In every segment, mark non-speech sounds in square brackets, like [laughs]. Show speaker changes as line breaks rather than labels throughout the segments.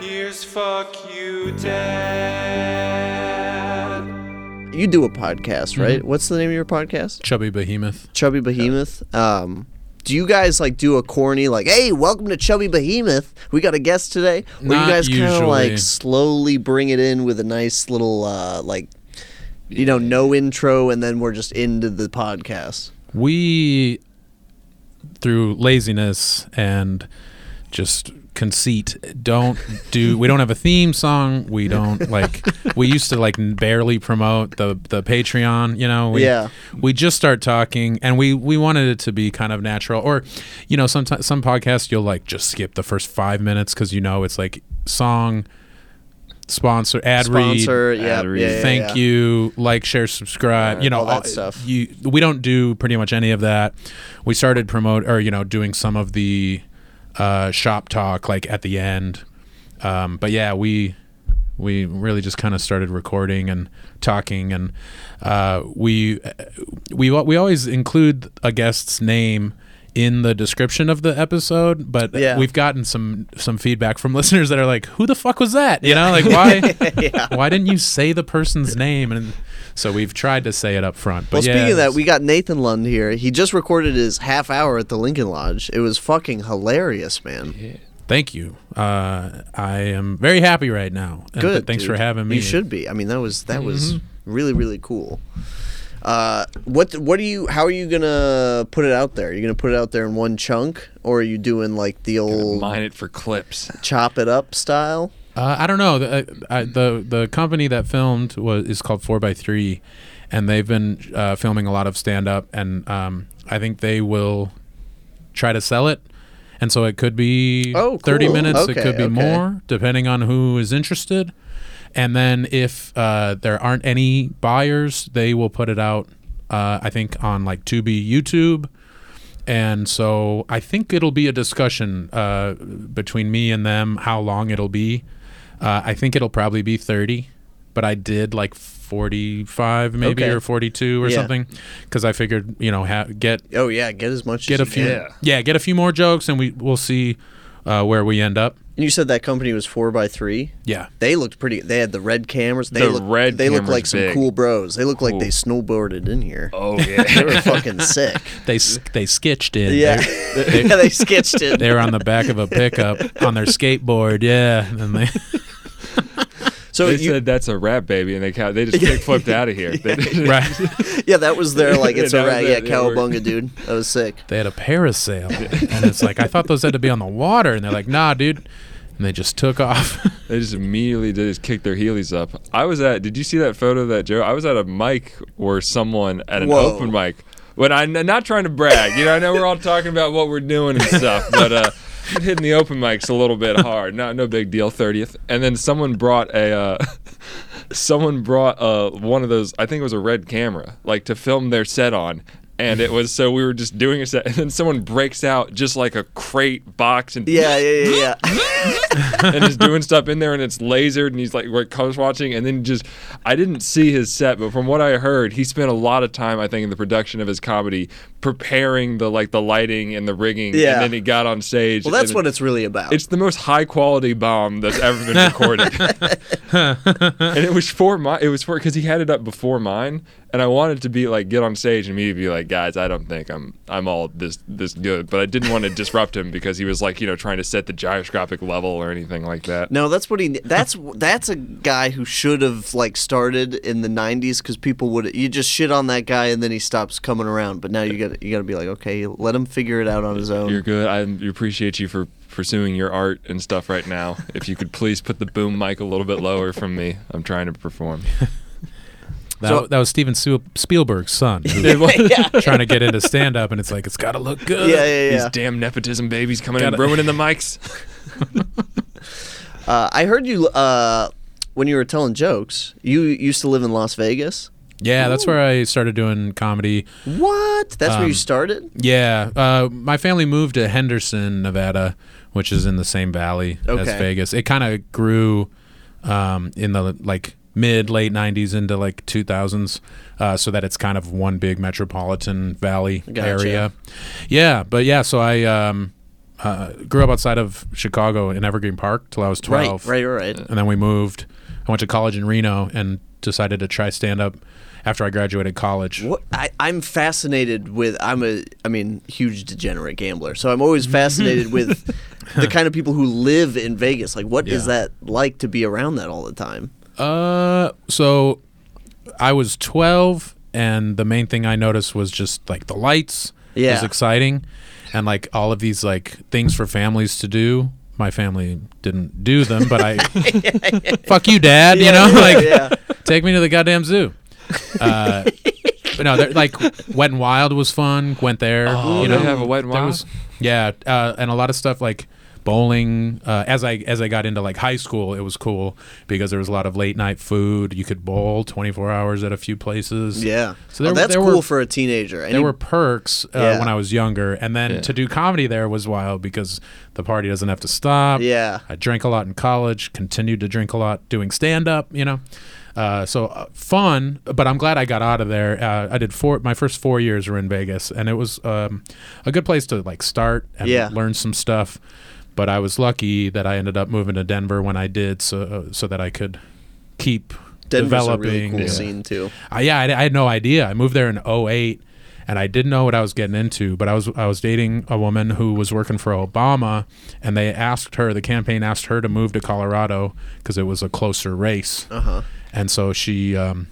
here's Fuck You Dad.
You do a podcast, right? What's the name of your podcast?
Chubby Behemoth.
Mm-hmm. Chubby Behemoth. Um, do you guys like do a corny like, "Hey, welcome to Chubby Behemoth. We got a guest today." Or
Not
you guys of like
usually.
slowly bring it in with a nice little uh like you know, no intro and then we're just into the podcast.
We, through laziness and just conceit, don't do. we don't have a theme song. We don't like. we used to like barely promote the the Patreon. You know. We,
Yeah.
We just start talking, and we we wanted it to be kind of natural. Or, you know, sometimes some podcasts you'll like just skip the first five minutes because you know it's like song. Sponsor ad read
Sponsor, yeah,
ad read.
yeah, yeah,
thank
yeah.
you like share subscribe you know
all that stuff.
you we don't do pretty much any of that we started promote or you know doing some of the uh shop talk like at the end um but yeah we we really just kind of started recording and talking and uh we we we always include a guest's name in the description of the episode but
Yeah.
we've gotten some some feedback from [laughs] listeners that are like who the fuck was that you know
[laughs]
like why why didn't you say the person's name? And so we've tried to say it up front.
Well,
But yeah,
speaking of that,
it's-
we got Nathan Lund here. He just recorded his half hour at the Lincoln Lodge. It was fucking hilarious, man.
thank you. Uh, I am very happy right now. And
Good.
Thanks for
dude.
having me. Mm-hmm.
You should be. I mean, that was that was really really cool. Uh, what what do you? How are you gonna put it out there? Are you gonna put it out there in one chunk, or are you doing like the old
Mine it for clips.
chop it up style?
Uh, I don't know. The, I, the the company that filmed was is called Four by Three, and they've been uh, filming a lot of stand up, and um, I think they will try to sell it. And so it could be
Oh,
thirty
cool.
minutes.
Okay,
it could be
okay.
more, depending on who is interested. And then if uh, there aren't any buyers, they will put it out. Uh, I think on like Tubi, YouTube, and so I think it'll be a discussion uh, between me and them how long it'll be. Uh, I think it'll probably be 30, but I did like 45 maybe
Okay.
or 42 or
Yeah.
something because I figured, you know, ha- get
Oh yeah, get as much.
get a
as you
few
can.
Yeah.
yeah, get a few more jokes and we we'll see uh, where we end up.
And you said that company was four by three.
Yeah.
They looked pretty. They had the red cameras. They
The
looked,
red
They looked
camera's
like some
big.
cool bros. They looked like
Cool.
they snowboarded in here.
Oh
They
yeah.
were fucking sick.
They s- they sketched in.
Yeah,
[laughs] They-
they, [laughs] yeah, they sketched it.
They were on the back of a pickup on their skateboard. Yeah, [laughs] and they
[laughs] [laughs]
so
they
you,
said that's a rap, baby, and they ca- [laughs] they just kickflipped out of here. They didn't-
right.
yeah, that was their like
[laughs]
it's
That
a
was
rat.
it,
Yeah,
yeah, we're-
cowabunga, dude. That was sick.
they had a parasail and it's like i thought those had to be on the water and they're like nah dude and they just took off [laughs]
They just immediately did just kick their heelys up. I was at. Did you see that photo that Joe? I was at a mic or someone at an
Whoa.
open mic. When I'm not trying to brag, you know, I know we're all talking about what we're doing and stuff, but uh, [laughs] I'm hitting the open mics a little bit hard. Not no big deal. Thirtieth, and then someone brought a. Uh, [laughs] Someone brought uh, one of those. I think it was a red camera, like to film their set on, and it was so we were just doing a set, and then someone breaks out just like a crate box and
Yeah, yeah, yeah, yeah.
[laughs]
[laughs]
and is doing stuff in there and it's lasered and he's like we're coast watching and then just I didn't see his set but from what I heard he spent a lot of time I think in the production of his comedy preparing the like the lighting and the rigging
Yeah.
and then he got on stage
Well, that's
and
what it's really about.
it's the most high quality bomb that's ever
[laughs]
been recorded and it was for my it was for because he had it up before mine and I wanted to be like get on stage and immediately be like guys I don't think I'm I'm all this this good but I didn't want to disrupt him because he was like you know trying to set the gyroscopic level or anything like that
no, that's what he. That's that's a guy who should have like started in the '90s because people would you just shit on that guy and then he stops coming around. But now you got you got to be like, okay, let him figure it out on his own.
You're good. I appreciate you for pursuing your art and stuff right now. If you could please put the boom mic a little bit lower from me, I'm trying to
[laughs]
perform.
that,
So-
that was steven Spiel- spielberg's son
[laughs]
who was trying to get into stand-up and it's like it's gotta look good
yeah, yeah,
These
yeah.
damn nepotism babies coming
Gotta-
in ruining the mics.
Uh, I heard you uh, when you were telling jokes. You used to live in Las Vegas.
yeah that's where i started doing comedy
What? That's
Um,
where you started.
yeah uh, my family moved to henderson nevada which is in the same valley as
Okay.
vegas it kind of grew um, in the like mid late 90s into like 2000s uh, so that it's kind of one big metropolitan valley
Gotcha.
area yeah but yeah so i um, uh, grew up outside of Chicago in Evergreen Park till I was
Right,
12.
right, right.
And then we moved. I went to college in Reno and decided to try stand up after I graduated college.
What I, I'm fascinated with I'm a I mean huge degenerate gambler, so I'm always
[laughs]
fascinated with the kind of people who live in Vegas. Like, what is
Yeah.
that like to be around that all the time?
Uh, so I was 12, and the main thing I noticed was just like the lights. It was
Yeah.
exciting, and like all of these like things for families to do. My family didn't do them, but
[laughs]
I fuck you, dad. you know,
yeah,
like
yeah.
take me to the goddamn zoo. Uh, but no, they're- like Wet and Wild was fun. Went there.
Oh,
you
they
know,
have a Wet 'n
There
Wild?
yeah, uh, and a lot of stuff like bowling. Uh, as I as I got into like high school, it was cool because there was a lot of late night food. You could bowl twenty four hours at a few places.
Yeah.
So there-
oh, that's
there
cool
were-
for a teenager. And
There
you-
were perks uh,
Yeah.
when I was younger, and then to do comedy there was wild because the party doesn't have to stop.
Yeah.
I drank a lot in college, continued to drink a lot doing stand up, you know. Uh, so uh, fun, but I'm glad I got out of there. Uh, I did four, my first four years were in Vegas, and it was um, a good place to like start and
Yeah.
learn some stuff. But I was lucky that I ended up moving to Denver when I did, so uh, so that I could keep
Denver's a
developing.
really cool
Yeah.
scene too.
Uh, yeah, I, I had no idea. I moved there in 08 and I didn't know what I was getting into, but I was I was dating a woman who was working for Obama and they asked her, the campaign asked her to move to Colorado because it was a closer race.
Uh-huh.
And so she um,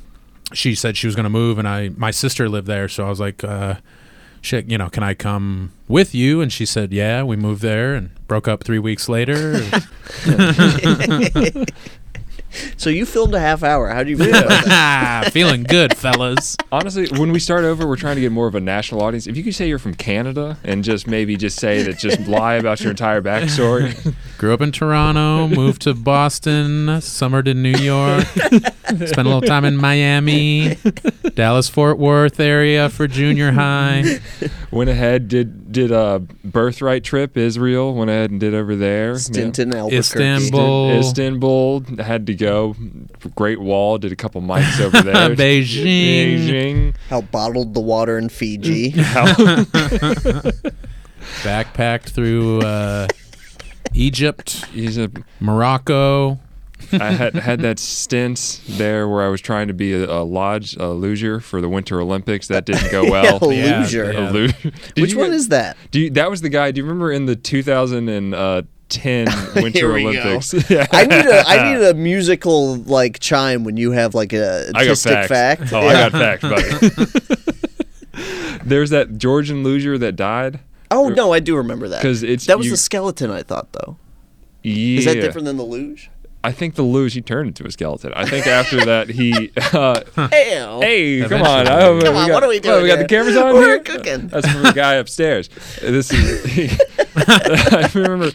she said she was going to move and I my sister lived there, so I was like uh Shit, you know, can I come with you? And she said, "Yeah." We moved there and broke up three weeks later. [laughs]
So you filmed a half hour. How do you feel [laughs] about that?
Feeling good, fellas.
Honestly, when we start over, we're trying to get more of a national audience. If you could say you're from Canada and just maybe just say that, just lie about your entire backstory.
Grew up in Toronto, moved to Boston, summered in New York, spent a little time in Miami, Dallas Fort Worth area for junior high.
Went ahead, did did a birthright trip Israel. Went ahead and did over there. Yeah.
Stint in Albuquerque.
Istanbul.
Istanbul had to go. Great Wall did a couple mics over there.
[laughs] Beijing.
Beijing.
How bottled the water in
[laughs]
Fiji.
Backpacked through uh, Egypt,
He's a-
Morocco.
I had had that stint there where I was trying to be a, a lodge a luger for the Winter Olympics. That didn't
[laughs]
go well.
Yeah, Luger.
A
yeah.
lu- [laughs] Did
Which
you
one
guys-
is that?
Do you, that was the guy? Do you remember in the
[laughs]
2010 uh, Winter
we go.
Olympics? yeah.
[laughs] I need a I need a musical like chime when you have like
[laughs]
[laughs]
a
I got
artistic
facts.
fact.
Oh,
Yeah.
I got facts, buddy.
[laughs]
[laughs] There's that Georgian luger that died.
Oh no, I do remember that.
'Cause it's-
that was
you-
the skeleton I thought though.
Yeah.
Is that different than the [laughs] luge?
I think the luge he turned into a skeleton. I think after that he. [laughs] Uh,
Hell.
hey, come
Eventually.
on! I hope uh,
Come
we
on,
got,
what are we doing
We got the
here?
cameras on
[laughs] We're
here?
cooking.
[laughs] That's from the guy upstairs. This is. [laughs] I remember.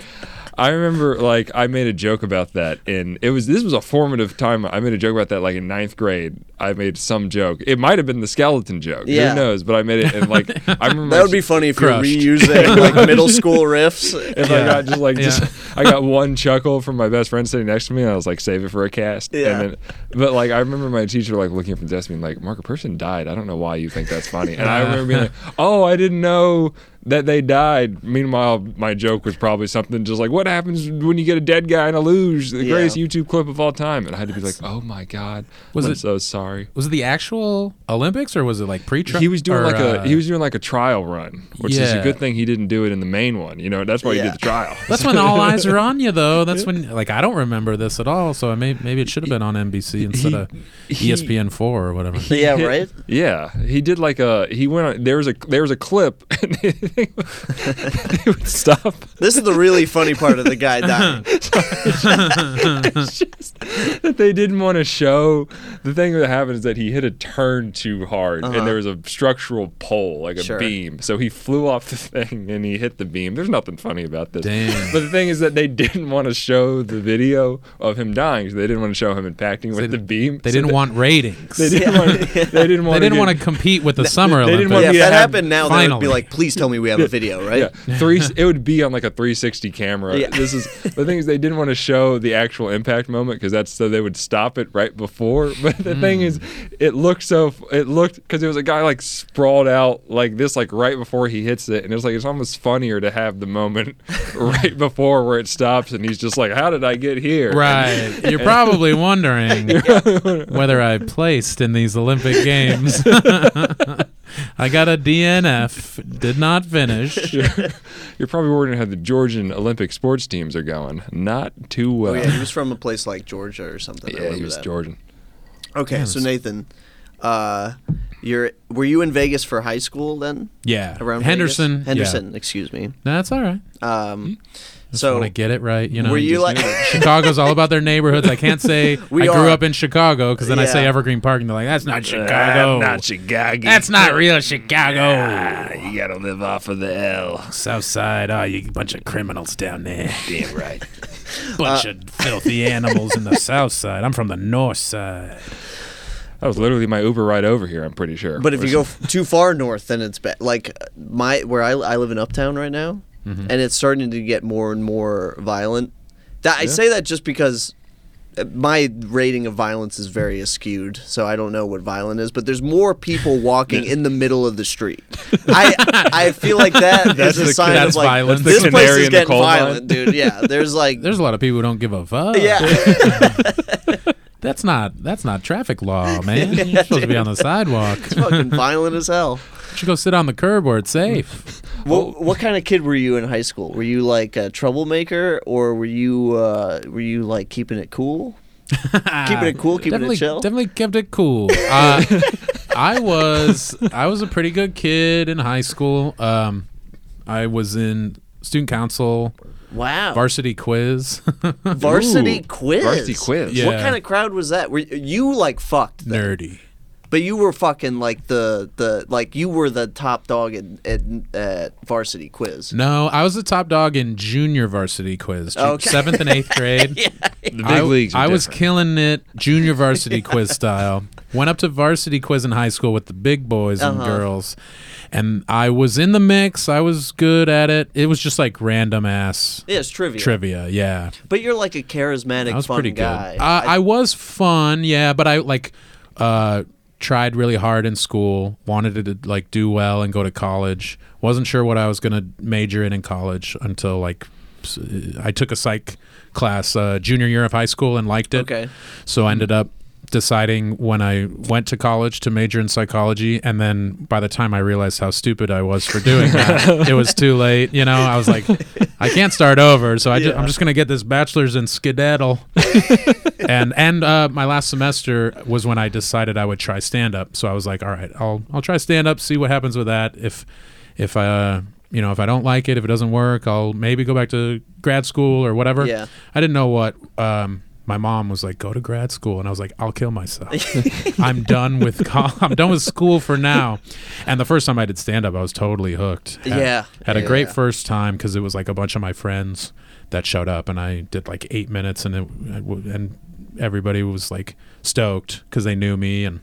I remember, like, I made a joke about that, and it was this was a formative time. I made a joke about that, like in ninth grade. I made some joke. It might have been the skeleton joke.
Yeah.
Who knows? But I made it, and
[laughs]
like, I remember
That would be funny if
Crushed.
[laughs]
you're reusing like middle school riffs.
If I
Yeah.
got just like
Yeah.
just I got one chuckle from my best friend sitting next to me, and I was like, save it for a cast.
Yeah.
And then, but like I remember my teacher like looking up from the desk, being like, Mark, a person died. I don't know why you think that's funny. And I remember being like, oh, I didn't know that they died. Meanwhile, my joke was probably something just like, what happens when you get a dead guy in a luge? The
Yeah.
greatest YouTube clip of all time. And I had to be like, oh my god,
Was
I'm
it-
so sorry.
Was it the actual Olympics or was it like pre-trial?
He was doing
or,
like a
uh,
he was doing like a trial run, which is a
Yeah.
good thing he didn't do it in the main one. You know, that's why he
Yeah.
did the trial.
That's when all eyes are on you, though. That's
[laughs]
when, like, I don't remember this at all. So I may, maybe it should have been on NBC instead of E
he-
ESPN four or whatever.
[laughs] Yeah,
Yeah.
right.
Yeah, he did like a he went on there was a there was a clip [laughs] and they, would stop. [laughs]
This is the really funny part of the [laughs] guy dying.
It's just that they didn't want to show. The thing that happened is that he hit a turn too hard and there was a structural pole like a
Sure.
beam, so he flew off the thing and he hit the beam. There's nothing funny about this.
Damn.
But the thing is that they didn't want to show the video of him dying, so they didn't want to show him impacting with the beam.
They
so
didn't want ratings.
They
They
didn't want. They didn't want.
didn't want to compete with the Summer
they didn't
Olympics.
want
Yeah, if
me to
that
have-
happened now, they would be
Finally.
like, "Please tell me we have a [laughs] video, right?"
Yeah, [laughs] three. it would be on like a 360 camera.
Yeah.
This is the thing is they didn't want to show the actual impact moment because that's so they would stop it right before. [laughs] But the thing is,
Hmm.
it looked so it looked because it was a guy like sprawled out like this like right before he hits it, and it's like it's almost funnier to have the moment [laughs]
[laughs]
right before where it stops, and he's just like, "How did I get here?"
[laughs] Right. You're
[laughs]
probably wondering whether I placed in these Olympic Games. [laughs] I got a DNF, did not finish.
You're probably wondering how the Georgian Olympic sports teams are going. Not too well. [laughs]
Oh yeah, he was from a place like Georgia or something. I
Yeah,
remember
he was
that.
Georgian.
Okay, so Nathan, uh, you're were you in Vegas for high school then?
Yeah.
Around Vegas?
Henderson. yeah.
Henderson, excuse me.
No, that's all right.
Um,
So
so
want to get it right, you know.
were you
just-
like?
[laughs] Chicago's all about their neighborhoods. I can't say
[laughs] We
I grew
are.
up in Chicago because then I say
Yeah. Uh,
Evergreen Park and they're like, "That's not Chicago.
Chicago.
That's not real Chicago.
you gotta live off of the L.
South Side. Oh, you bunch of criminals down there.
Damn right.
[laughs] Bunch of filthy animals
[laughs]
in the South Side. I'm from the North Side.
That was literally my Uber ride over here. I'm pretty sure.
But if
Or
you go f- too far north, then it's bad. Like my where I, I live in Uptown right now,
Mm-hmm.
and it's starting to get more and more violent. That I say that just because uh, my rating of violence is very askewed, so I don't know what violent is. But there's more
[laughs]
people walking in the middle of the street. I I feel like that is a
the-
sign
that's
of like
violence.
That's
this
the
place
canary in
is
the
getting
coal mine.
violent, dude. Yeah,
[laughs]
there's like
There's a lot of people who don't give a fuck.
yeah.
That's not that's not traffic
[laughs]
law, man. You're supposed to be on the
[laughs]
sidewalk.
It's fucking violent as hell.
You should go sit on the curb where it's safe.
What, what kind of kid were you in high school? Were you like a troublemaker, or were you uh, were you like keeping it cool? keeping it cool, keeping
definitely,
it chill.
Definitely kept it cool.
[laughs]
Uh, I was I was a pretty good kid in high school. Um, I was in student council,
Wow,
varsity quiz. [laughs]
varsity
Ooh,
quiz.
varsity quiz.
What
Yeah.
kind of crowd was that? Were you, you like fucked? them,
Nerdy.
But you were fucking like the the like you were the top dog at at, at varsity quiz. [laughs]
No, I was the top dog in junior varsity quiz, ju-
Okay.
seventh and eighth
[laughs]
grade.
the big
I,
leagues. Are
I was
different.
killing it junior varsity quiz style. Went up to varsity quiz in high school with the big boys and
Uh-huh.
girls. And I was in the mix. I was good at it. It was just like random ass
Yeah, it's trivia.
trivia. Yeah.
But you're like a charismatic,
I was
fun
pretty
guy.
good. Uh, I was fun, yeah, but I like uh, tried really hard in school. Wanted to like do well and go to college. Wasn't sure what I was gonna major in in college until like s- I took a psych class uh, junior year of high school and liked it.
Okay.
So I ended up deciding when I went to college to major in psychology and then by the time I realized how stupid I was for
[laughs]
doing that it was too late you know I was like I can't start over so I ju-
Yeah.
I'm just going to get this bachelor's
[laughs]
in skedaddle and and uh, my last semester was when I decided I would try stand up. So I was like, all right, I'll I'll try stand up, see what happens with that. If if uh you know if I don't like it, if it doesn't work, I'll maybe go back to grad school or whatever.
Yeah.
I didn't know what. Um, my mom was like, "Go to grad school," and I was like, "I'll kill myself.
[laughs]
I'm done with col- I'm done with school for now." And the first time I did stand up, I was totally hooked. Had-
Yeah.
had a
Yeah,
great
yeah.
first time because it was like a bunch of my friends that showed up and I did like eight minutes and it and everybody was like stoked because they knew me and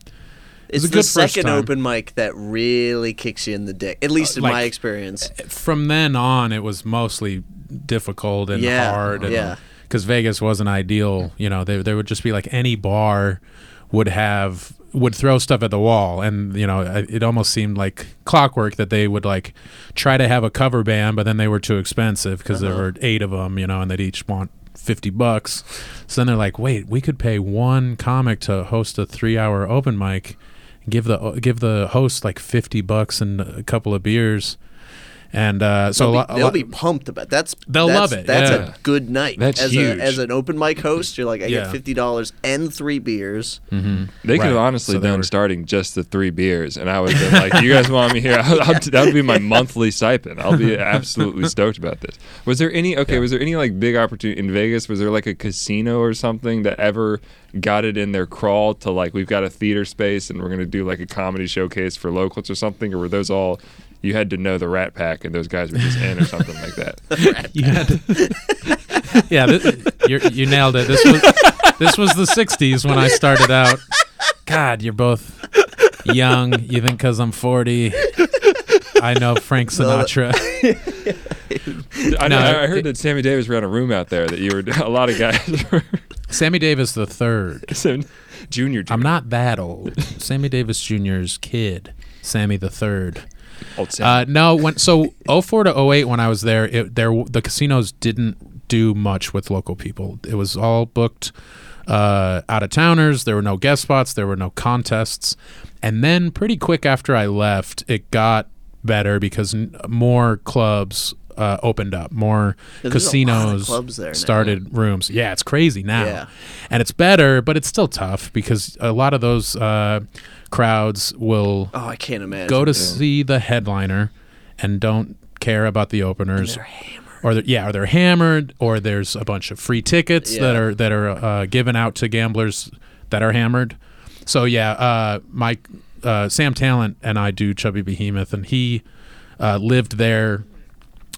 It's
a
the
good first
second
time. Uh,
open mic that really kicks you in the dick, at least in
like-
my experience.
from then on it was mostly difficult and
Yeah,
hard and,
yeah.
because Vegas wasn't ideal you know there, there would just be like any bar would have would throw stuff at the wall and you know I- it almost seemed like clockwork that they would like try to have a cover band but then they were too expensive because
Uh-huh.
there were eight of them you know and they'd each want 50 bucks so then they're like wait we could pay one comic to host a three hour open mic give the give the host like 50 bucks and a couple of beers and uh, so
They'll,
a
be,
lo- a
they'll
lot-
be pumped about that's
They'll
that's,
love it,
That's
yeah.
a good night.
That's
as
huge.
A, as an open mic host, you're like, I
Yeah.
get fifty dollars and three beers.
They could have
Right.
honestly
So they
done
were-
starting just the three beers, and I would have been like, "You guys want me here? [laughs] I'll, I'll, that would be my monthly stipend. I'll be
[laughs]
absolutely stoked about this." Was there any okay? Was there any like big opportunity in Vegas? Was there like a casino or something that ever got it in their crawl to like we've got a theater space and we're gonna do like a comedy showcase for locals or something? Or were those all you had to know the Rat Pack and those guys were just in or something like that?
[laughs] [laughs] You had to- [laughs] yeah, thi- you're, you nailed it. This was this was the '60s when I started out. God, you're both young. You think because I'm 40, I know Frank Sinatra.
I know
No,
I heard [laughs]
it-
that Sammy Davis ran a room out there that you were a lot of guys. [laughs] were
Sammy Davis the third.
So, junior,
I'm not that old. Sammy Davis Jr.'s kid, Sammy the third.
old Sam.
Uh, no, when so 04 to 08 when I was there, it, there the casinos didn't do much with local people. It was all booked uh, out of towners. There were no guest spots. There were no contests. And then pretty quick after I left, it got better because n- more clubs uh, opened up. More
Yeah, there's a lot of
casinos
clubs there now.
started rooms. Yeah, it's crazy now
Yeah.
and it's better, but it's still tough because a lot of those uh, crowds will
Oh, I can't imagine.
go to see the headliner and don't care about the openers.
They're hammered.
Or they're, yeah, or they're hammered, or there's a bunch of free tickets that
Yeah.
are that are uh, given out to gamblers that are hammered. So yeah, uh, my uh, Sam Talent and I do Chubby Behemoth, and he uh, lived there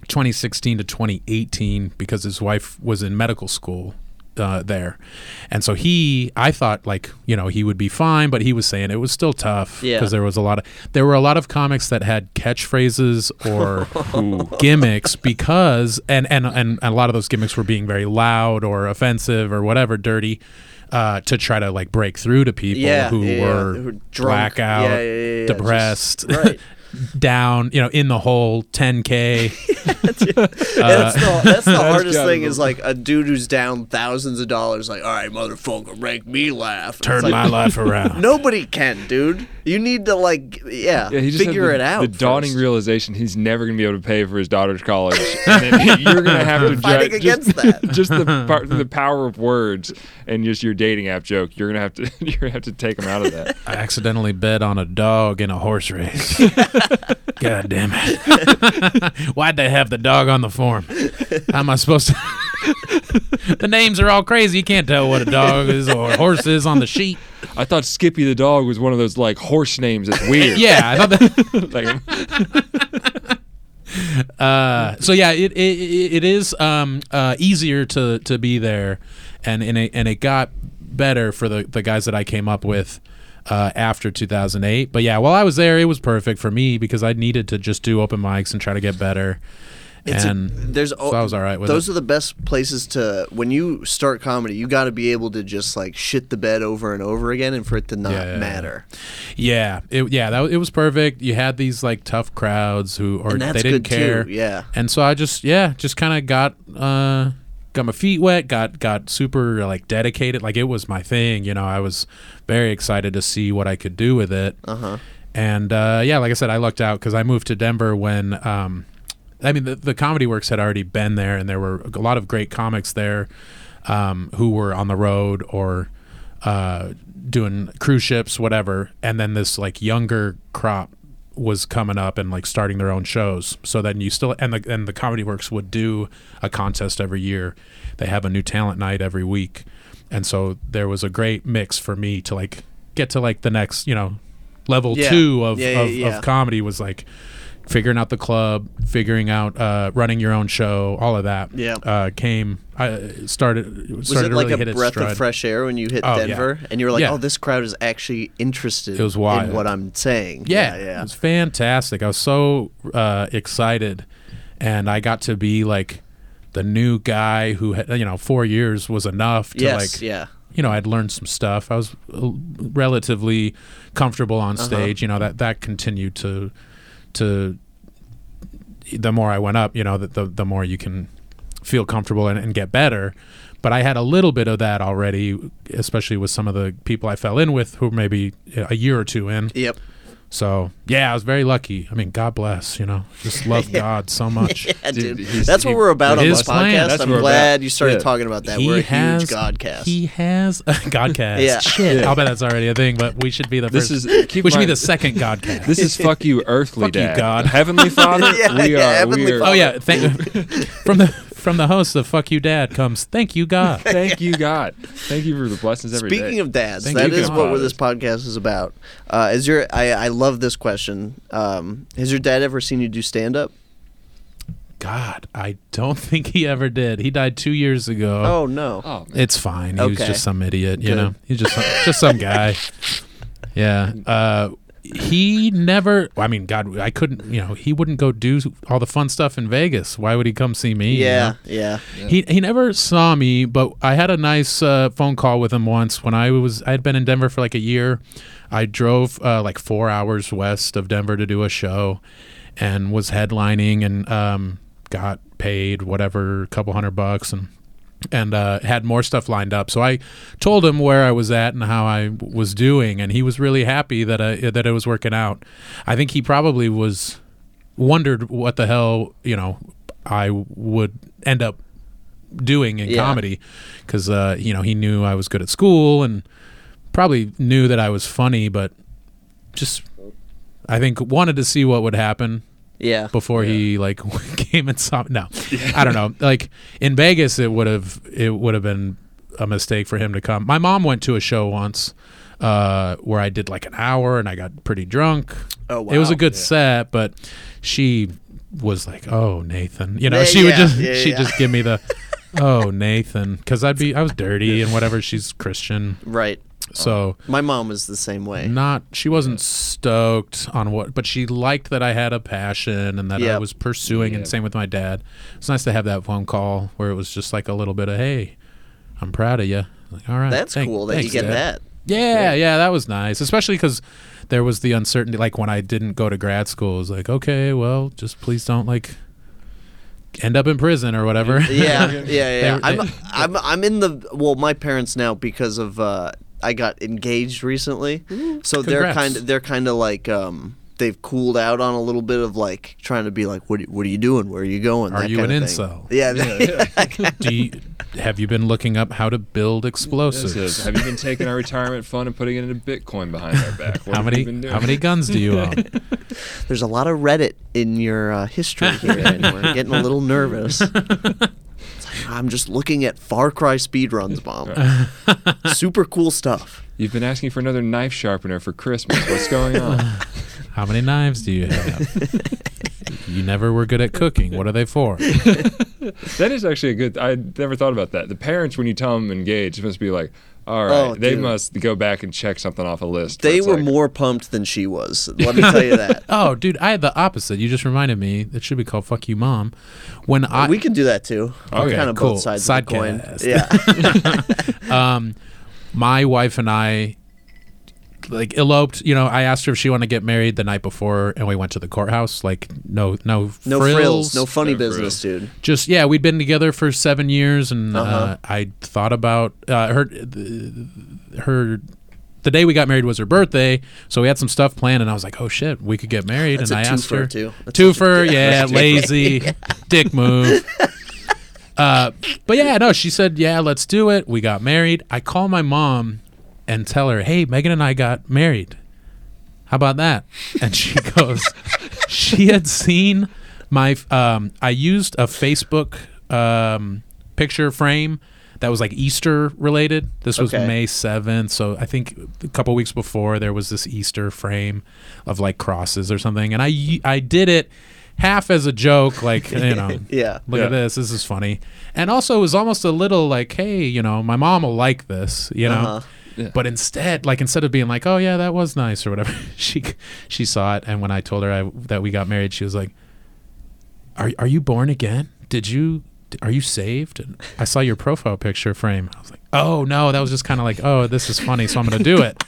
2016 to 2018 because his wife was in medical school uh, there. And so he, I thought like, you know, he would be fine, but he was saying it was still tough
Yeah.
because there was a lot of, there were a lot of comics that had catchphrases
[laughs]
or gimmicks because, and, and, and a lot of those gimmicks were being very loud or offensive or whatever, dirty, uh, to try to like break through to people
Yeah,
who
yeah, yeah,
were
who were drunk.
blackout,
Yeah, yeah, yeah, yeah, just-
depressed,
[laughs] right.
down, you know, in the hole, 10K.
that's the, that's the hardest
gotta
thing
be-
is like a dude who's down thousands of dollars. Like, all right, motherfucker, make me laugh. It's
turn
like,
my life
[laughs]
around.
Nobody can, dude. You need to like, yeah,
yeah, he just had
figure
the,
it out.
The dawning
first.
realization he's never going to be able to pay for his daughter's college. and then you're going to have to
[laughs] Fighting
ju-
against
just, [laughs]
that.
just the part,
[laughs]
the power of words and just your dating app joke. You're going to have to [laughs] you're going to have to take him out of that.
I accidentally bet on a dog in a
[laughs]
horse race. God damn it. [laughs] Why'd they have the dog on the form? How am I supposed to? [laughs] the names are all crazy. You can't tell what a dog is or a horse is on the sheet.
I thought Skippy the dog was one of those like horse names. It's weird.
[laughs] Yeah, I thought that.
like,
Uh, so yeah, it it, it is um, uh, easier to, to be there, and and it, and it got better for the, the guys that I came up with uh, after 2008. But yeah, while I was there, it was perfect for me because I needed to just do open mics and try to get better.
It's a-
and
there's al-
so I was all right with
those
it.
are the best places to when you start comedy. You got to be able to just like shit the bed over and over again, and for it to not
Yeah, yeah, yeah.
matter.
yeah, it, yeah, that it was perfect. You had these like tough crowds who or
And
they
that's good
didn't care.
too. Yeah,
and so I just yeah, just kind of got uh, got my feet wet, got got super like dedicated, like it was my thing. You know, I was very excited to see what I could do with it. Uh-huh. And uh, yeah, like I said, I lucked out because I moved to Denver when. Um, I mean, the, the Comedy Works had already been there, and there were a lot of great comics there um, who were on the road or uh, doing cruise ships, whatever. And then this like younger crop was coming up and like starting their own shows. So then you still and the and the Comedy Works would do a contest every year. They have a new talent night every week, and so there was a great mix for me to like get to like the next you know level
Yeah.
two of,
Yeah, yeah,
of,
yeah.
of comedy was like figuring out the club, figuring out uh, running your own show, all of that.
Yeah.
uh, came. I started started
was it
to
like
really hit
a
its
breath
stride.
of fresh air when you hit
Oh, yeah.
Denver, and you were like,
Yeah.
"Oh, this crowd is actually interested
It was
in
wild.
what I'm saying."
Yeah,
yeah,
it was fantastic. I was so uh, excited, and I got to be like the new guy who had you know four years was enough to
yes,
like
yeah.
you know I'd learned some stuff. I was uh, relatively comfortable on stage. You know that that continued to to the more I went up, you know, the the, the more you can feel comfortable and, and get better. But I had a little bit of that already, especially with some of the people I fell in with who were maybe a year or two in.
Yep.
So yeah, I was very lucky. I mean, God bless, you know, just love God so much.
Yeah, dude.
Dude, he's-
That's what
he-
we're about on
his
this
plan,
podcast.
that's
I'm
what we're
glad
about.
you started
Yeah.
talking about that. we're a huge godcast.
He has a [laughs] Godcast.
Yeah.
Shit,
Yeah.
I'll bet that's already a thing, but we should be the
This
first.
is- keep
we should be
mind-
the second
[laughs]
Godcast.
this is fuck you, earthly
you,
dad,
God. [laughs]
heavenly father.
Yeah,
we are.
yeah, heavenly
we are
father.
oh yeah, thank,
[laughs]
from the from the host of "Fuck You, Dad" comes. Thank you,
[laughs]
God.
Thank you, God. Thank you for the blessings every day.
Speaking of dads,
Thank
that
you,
is
God.
what this podcast is about. Uh, is your I, I love this question. Um, has your dad ever seen you do stand up?
God, I don't think he ever did. He died two years ago.
Oh no.
oh, man.
It's fine. He was
Okay.
just some idiot, you
Good. [laughs]
know. He's just some, just some guy. Yeah. Uh, he never. I mean, God, I couldn't. You know, he wouldn't go do all the fun stuff in Vegas. Why would he come see me? you
Yeah,
know?
yeah.
He, he never saw me, but I had a nice uh, phone call with him once when I was I had been in Denver for like a year. I drove uh, like four hours west of Denver to do a show, and was headlining and um, got paid whatever, couple hundred bucks, and and uh, had more stuff lined up. So I told him where I was at and how I w- was doing, and he was really happy that I, that it was working out. I think he probably was wondered what the hell you know I would end up doing in
Yeah.
comedy because uh, you know he knew I was good at school and probably knew that I was funny, but just I think wanted to see what would happen
Yeah.
before he like [laughs] came and saw.
[laughs]
No, I don't know. Like in Vegas, it would have it would have been a mistake for him to come. My mom went to a show once uh, where I did like an hour and I got pretty drunk.
Oh,
It was a
wow.
good set, but she was like, "Oh, Nathan," you know.
Yeah,
she would
yeah,
just
yeah,
she
yeah.
just give
[laughs]
me the. Oh Nathan, because I'd be I was dirty and whatever. She's Christian,
Right.
so
My mom was the same way.
not she wasn't stoked on what but she liked that i had a passion and that i
Yep.
was pursuing and
Yep.
same with my dad it's nice to have that phone call where it was just like a little bit of hey i'm proud of you like, all right
That's
thank-
cool that
thanks,
you get
Dad."
that.
yeah yeah that was nice especially because there was the uncertainty like when i didn't go to grad school it was like okay well just please don't like end up in prison or whatever [laughs]
yeah, yeah, yeah.
They were-
I'm,
they-
I'm, I'm in the well. My parents now because of uh, I got engaged recently, so they're
Congrats.
kind of they're kind of like um, they've cooled out on a little bit of like trying to be like, what are- what are you doing? Where are you going?
Are
That
you
kind
an
of thing.
incel?
Yeah,
Do you, have you been looking up how to build explosives
This is, have you been taking our retirement fund and putting it into Bitcoin behind our back? What
how
have
many
you been doing?
how many guns do you own
[laughs]
[laughs]
there's a lot of Reddit in your uh,
[laughs]
history here, and we're getting a little nervous. It's like, I'm just looking at Far Cry speedruns, mom.
[laughs]
Super cool stuff.
You've been asking for another knife sharpener for Christmas. What's going on?
How many knives do you have? you never were good at cooking. What are they for?
that is actually a good. I never thought about that. The parents, when you tell them engaged, must be like, all right,
Oh,
they
dude.
must go back and check something off a list. where
They
it's
were
like,
more pumped than she was. Let me tell you that.
Oh, dude, I had the opposite. You just reminded me. It should be called "Fuck You, Mom." When I
we can do that too.
Okay,
kind of
cool.
both sides of the coin.
[laughs] Sidecast.
Yeah,
my wife and I like eloped, you know, I asked her if she wanted to get married the night before and we went to the courthouse like no no
no frills, no funny
No frills.
business, dude.
just yeah we'd been together for seven years and uh
Uh-huh.
i thought about uh, her th- her the day we got married was her birthday so we had some stuff planned and i was like oh shit we could get married
That's
and
a
I asked
twofer,
her
too. That's [laughs]
twofer yeah lazy dick move uh, but yeah no she said yeah let's do it we got married i call my mom and tell her hey megan and i got married how about that? And she [laughs] goes, she had seen my. Um, I used a Facebook um, picture frame that was like Easter related. This was
Okay.
May seventh, so I think a couple weeks before there was this Easter frame of like crosses or something, and I I did it half as a joke, like you know,
[laughs] Yeah.
look at
Yeah.
this, this is funny, and also it was almost a little like, hey, you know, my mom will like this, you know.
Uh-huh.
Yeah.
But instead, like instead of being like, "Oh yeah, that was nice" or whatever, [laughs] she she saw it, and when I told her I, that we got married, she was like, "Are are you born again? Did you are you saved?" And I saw your profile picture frame. I was like, "Oh no, that was just kind of like, oh, this is funny, so I'm gonna do it."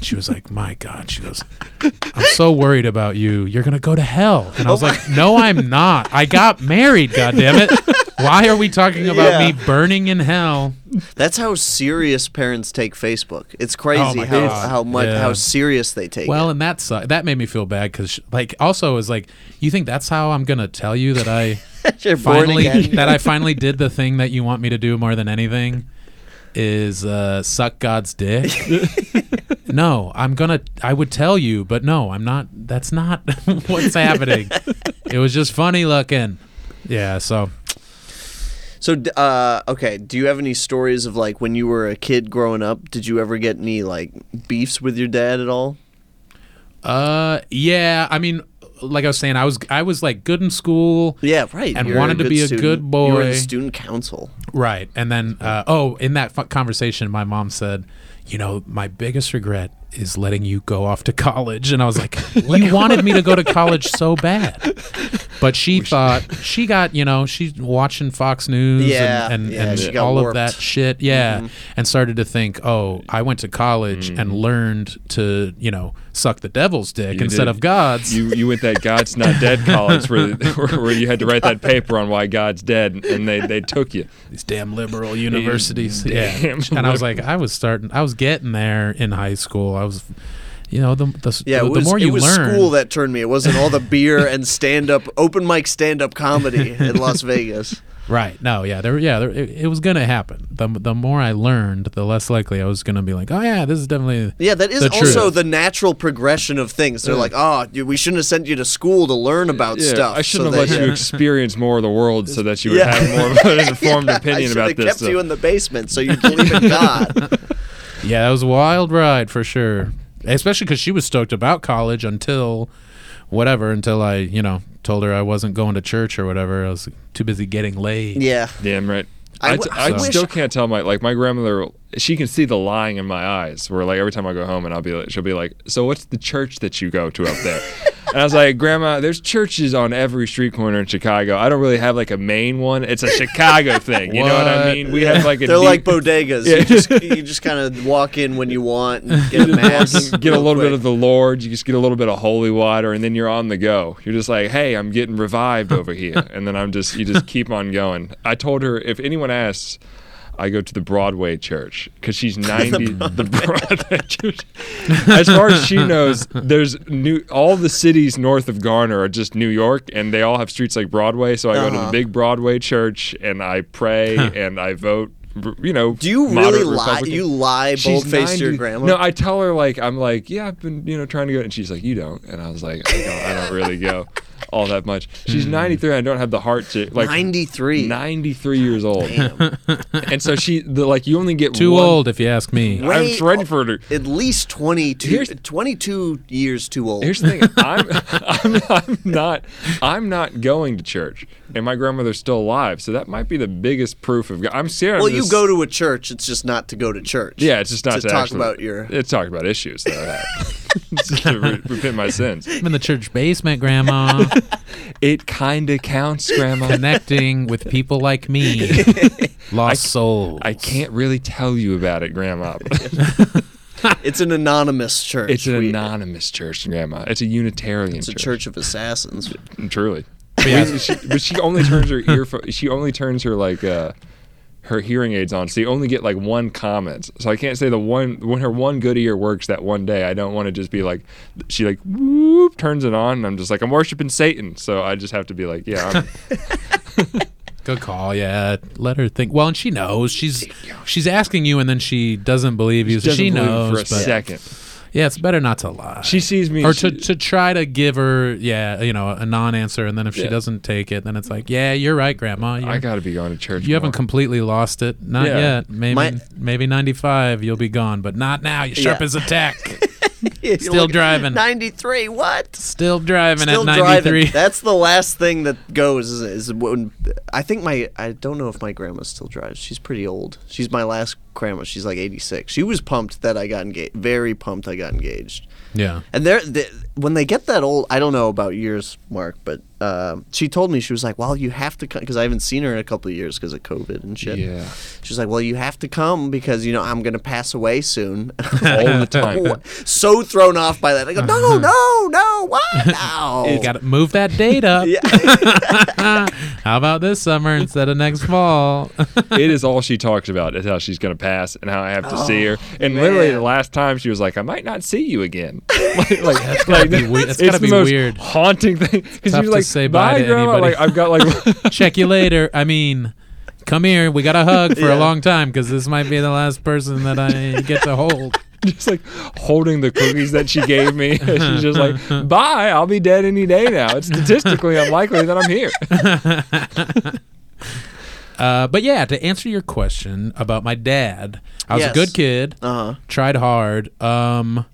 she was like, "My God," she goes, "I'm so worried about you. You're gonna go to hell." And I
Oh
was like, "No, I'm not. I got married. God
[laughs]
damn it! Why are we talking about
Yeah.
me burning in hell?"
That's how serious parents take Facebook. It's crazy
Oh my
how,
God.
how much
Yeah.
how serious they take.
Well,
it.
and that suck that made me feel bad because, like, also is like, you think that's how I'm gonna tell you that I
[laughs] You're born
finally
again.
that I finally did the thing that you want me to do more than anything is uh, suck God's dick. no, I'm gonna. I would tell you, but no, I'm not. That's not [laughs] what's happening. it was just funny looking. Yeah. So
So, d- uh, okay. Do you have any stories of like when you were a kid growing up? Did you ever get any like beefs with your dad at all?
Uh, yeah. I mean, like I was saying, I was I was like good in school,
Yeah, right.
And
You're
wanted to
good
be a
student.
good
You were in
boy.
student council.
right? And then, uh, oh, in that fu- conversation, my mom said, "You know, my biggest regret is letting you go off to college. And I was
[laughs]
like, you wanted me to go to college so bad. But she thought she got, you know, she's watching Fox News
Yeah,
and, and,
yeah,
and
she got
all of
warped. Mm-hmm.
that shit. Yeah. And started to think, oh, I went to college
Mm.
and learned to, you know, suck the devil's dick
You
instead
did.
of God's.
You you went that God's not dead college where, where where you had to write that paper on why God's dead, and they they took you.
These damn liberal universities.
damn
yeah. [laughs] And I was like, I was starting, I was getting there in high school. I was. You know the the,
Yeah,
the,
it was,
more
it
you
was
learn,
school that turned me. It wasn't all the beer and stand up, open mic stand up comedy in Las Vegas.
Right. No. Yeah. There. Yeah. There, it, it was gonna happen. The the more I learned, the less likely I was gonna be like, oh yeah, this is definitely.
Yeah, that is
The
also
truth.
the natural progression of things. They're like, oh, dude, we shouldn't have sent you to school to learn about
Yeah,
stuff.
I shouldn't
So
have
they- [laughs]
let you experience more of the world so that you would
Yeah.
have more of an informed
[laughs] Yeah,
opinion
I
about
should've
this.
kept
stuff.
you in the basement
[laughs]
so you believe in God.
Yeah, that was a wild ride for sure. Especially because she was stoked about college until, whatever, until I you know told her I wasn't going to church or whatever. I was too busy getting laid.
yeah.
Damn right.
I
I,
w-
t- I
I wish-
still can't tell my like my grandmother. She can see the lying in my eyes. Where like every time I go home and I'll be like, she'll be like, "So what's the church that you go to up
[laughs]
there?" and I was like, "Grandma, there's churches on every street corner in Chicago. I don't really have like a main one. It's a Chicago thing. You know what I
What?
mean? We have like a
They're like
deep-
bodegas.
Yeah. [laughs]
You just, you just kind of walk in when you want and get a mass.
get a
real
little
quick.
bit of the Lord. You just get a little bit of holy water, and then you're on the go. You're just like, hey, I'm getting revived
[laughs]
over here, and then I'm just you just keep on going. I told her if anyone asks. I go to the Broadway church because
[laughs]
she's 90. the Broadway church. As far as she knows, there's new all the cities north of Garner are just New York and they all have streets like Broadway. So I go to the
Uh-huh.
big Broadway church and I pray and I vote, you know.
Do you really
moderate
lie?
Republican.
You lie
She's
bold faced to your
90
grandma?
No, I tell her like I'm like, yeah, I've been you know trying to go, and she's like, you don't, and I was like, I don't, I don't really
[laughs]
go all that much.
Hmm.
She's 93. I don't have the heart to like
93.
93 years old,
Damn.
[laughs] and so she the, like you only get
Too
one-
old, if you ask me.
I'm
Way
ready for her.
At least 22,
Here's-
22 years too old.
Here's the
[laughs]
thing. I'm, I'm, I'm not I'm not going to church, and my grandmother's still alive, so that might be the biggest proof of God. I'm scared.
Well,
of
you
this-
go to a church, it's just not to go to church.
Yeah, it's just not
to
to,
talk
actually-
about your-
It's talk about issues that I have. [laughs] It's just to re- repent my sins.
I'm in the church basement, Grandma,
It kinda counts, [laughs] Grandma.
connecting with people like me,
[laughs]
lost souls.
I can't really tell you about it, [laughs] Grandma.
It's an anonymous church.
it's an
We-
anonymous church, Grandma. It's a Unitarian
It's a
church.
church of assassins. [laughs]
Truly. We- she- but she only turns her ear. she only turns her like uh, her hearing aids on, so you only get like one comment. So I can't say the one when her one good ear works that one day. I don't want to just be like she like whoop turns it on, and I'm just like I'm worshiping Satan. So I just have to be like, yeah, [laughs] I'm,
Good call. Yeah, let her think. Well, and she knows she's she's asking you, and then she doesn't believe you. so
doesn't
she
believe
knows.
for a
but
second.
yeah, it's better not to lie.
She sees me
or
she-
to, to try to give her yeah you know a non-answer, and then if she
Yeah.
doesn't take it, then it's like yeah you're right, Grandma. You're,
I gotta be going to church.
you haven't
more.
completely lost it, not
Yeah.
yet. Maybe
My-
maybe ninety five you'll be gone, but not now. You're sharp
Yeah.
as
[laughs]
a tack.
Still
driving.
93. What?
Still driving
Still
at ninety
driving.
three.
That's the last thing that goes. Is, is when I think my I don't know if my grandma still drives. She's pretty old. She's my last grandma. She's like 86. She was pumped that I got engaged. Very pumped I got engaged.
[laughs]
Yeah.
And they're, they, when they get that old, I don't know about yours, Mark, but um she told me she was like, "Well, you have to come," because I haven't seen her in a couple of years because of COVID and shit.
Yeah.
She was like, "Well, you have to come because you know I'm gonna pass away soon." [laughs]
all the time.
What? so thrown off by that, I go, "No,
Uh-huh.
no, no,
[laughs]
what? No."
Got to move that
[laughs]
date up. [laughs]
yeah.
How about this summer instead of next
[laughs]
fall?
it is all she talks about is how she's going to pass and how I have to see
Oh,
her. And literally
man.
the last time she was like, I might not see you again. [laughs] like, like, that's
gotta be wei- that's gotta
the
be
most
weird.
haunting thing. Because
Tough
she's
to
like,
say bye
bye,
to
grandma.
anybody.
Like, I've got like, [laughs]
[laughs] check you later. I mean, come here. We got a hug for
Yeah.
a long time because this might be the last person that I get
[laughs]
to hold.
just like holding the cookies that she gave me. [laughs] And she's just
[laughs]
like, bye. I'll be dead any day now. It's statistically unlikely that I'm here.
Uh, but yeah, to answer your question about my dad, I was
Yes.
a good kid,
Uh
Uh-huh.
huh.
tried hard. Um,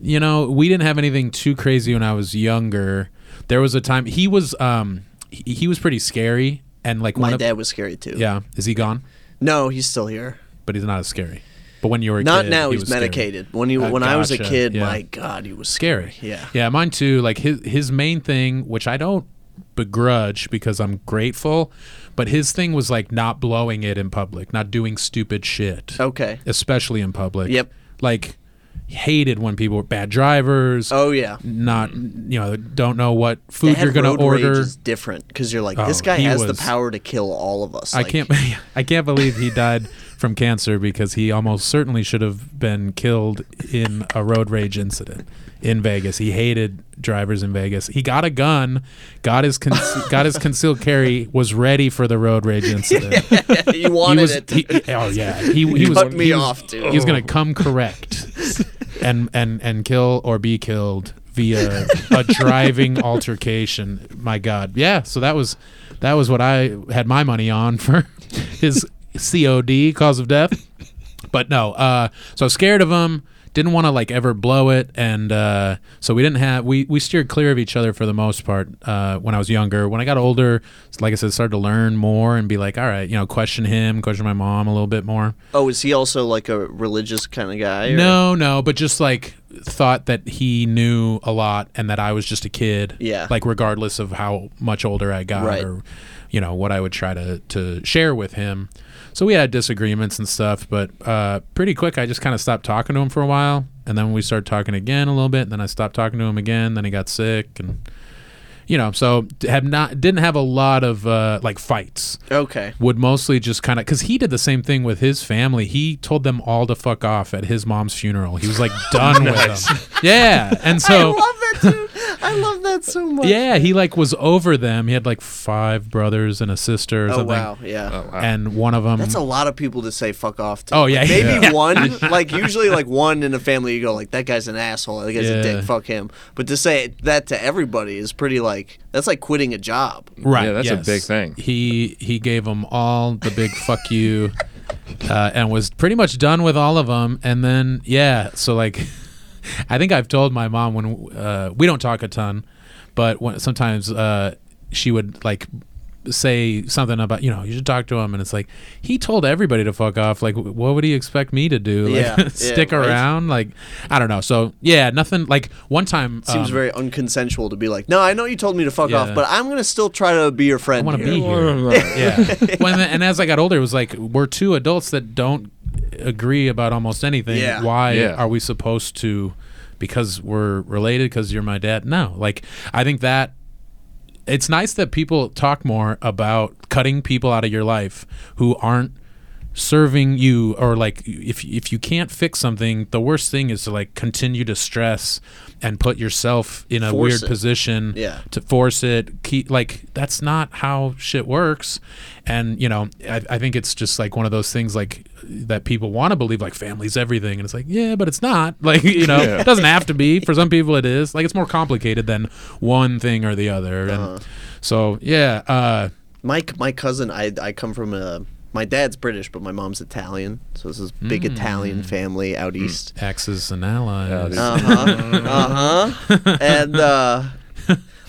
you know, we didn't have anything too crazy when I was younger. There was a time he was um, he, he was pretty scary and like
My
one of
dad was scary too.
yeah. Is he gone?
No, he's still here.
But he's not as scary. But when you were a
Not
kid,
now.
he
He's
was scary.
medicated. When he
Uh,
when I was a
gotcha,
kid,
yeah.
my God, he was
Scary.
Yeah.
Yeah, mine too. Like his his main thing, which I don't begrudge because I'm grateful, but his thing was like not blowing it in public, not doing stupid shit.
Okay.
Especially in public.
Oh. Yep.
Like hated when people were bad drivers.
Oh yeah.
Not you know, don't know what
The
food
head
you're gonna
road
order.
rage is different because you're like this
Oh,
guy
he
has the
was-
power to kill all of us.
I
Like, [laughs]
can't. [laughs] I can't believe he died from cancer because he almost certainly should have been killed in a road rage incident in Vegas. He hated drivers in Vegas. He got a gun, got his con-
[laughs]
got his concealed carry, was ready for the road
[laughs]
rage incident.
you
[laughs] He
wanted
was.
it.
he- oh yeah. He, he
You
was.
cut me
he was-
off, dude.
He was gonna come correct, [laughs] and and and kill or be killed via
[laughs]
a driving altercation. My God, yeah. So that was that was what I had my money on for [laughs] his COD cause of death. But no, uh, so I was scared of him. Didn't want to like ever blow it, and uh, so we didn't have we we steered clear of each other for the most part uh, when I was younger. When I got older, like I said, started to learn more and be like, all right, you know, question him, question my mom a little bit more.
[laughs] oh, is he also like a religious kind of guy? or-
No, no, but just like thought that he knew a lot and that I was just a kid.
Yeah.
Like regardless of how much older I got
Right.
or you know, what I would try to to share with him. So we had disagreements and stuff, but uh pretty quick I just kinda stopped talking to him for a while and then we started talking again a little bit, and then I stopped talking to him again, then he got sick and you know, so d- have not didn't have a lot of uh like fights
Okay.
would mostly just kind of because he did the same thing with his family. He told them all to fuck off at his mom's funeral. He was
[laughs]
like done with them. Yeah, and so
I love that dude. I love that
[laughs]
so much.
yeah, he like was over them. He had like five brothers and a sister or
Oh
something,
wow. Yeah.
and one of them.
That's a lot of people to say fuck off to.
Oh, yeah,
Like, maybe
yeah. [laughs]
one. Like usually, like one in a family, you go like, that guy's an asshole. That guy's a
Yeah.
dick. Fuck him. But to say that to everybody is pretty like that's like quitting a job.
Right.
Yeah, that's a
yes.
big thing.
He he gave them all the big fuck you, [laughs] uh, and was pretty much done with all of them. And then yeah, so like, [laughs] I think I've told my mom when uh, we don't talk a ton, but when, sometimes uh, she would like say something about you know you should talk to him and it's like he told everybody to fuck off like wh- what would he expect me to do [laughs] like
Yeah, yeah,
stick
right.
around like i don't know so yeah nothing like one time
Seems
um,
very unconsensual to be like, no, I know you told me to fuck
Yeah.
off, but I'm gonna still try to be your friend.
[laughs] I wanna
here."
be
[laughs]
yeah. [laughs] When, and as I got older, it was like we're two adults that don't agree about almost anything.
Yeah.
Why
Yeah.
are we supposed to? Because we're related. Because you're my dad. No, like I think that it's nice that people talk more about cutting people out of your life who aren't serving you or like if if you can't fix something the worst thing is to like continue to stress and put yourself in a
Force
weird
it.
position
Yeah.
to force it keep like that's not how shit works and you know I, I think it's just like one of those things like that people want to believe like family's everything and it's like yeah but it's not [laughs] like you know
Yeah.
it doesn't have to be for some people it is like it's more complicated than one thing or the other
Uh-huh.
and so yeah uh
My my cousin, I I come from a. My dad's British, but my mom's Italian, so this is big
Hmm.
Italian family out east.
axis and allies
Yeah, dude.
Uh huh. Uh huh. And uh,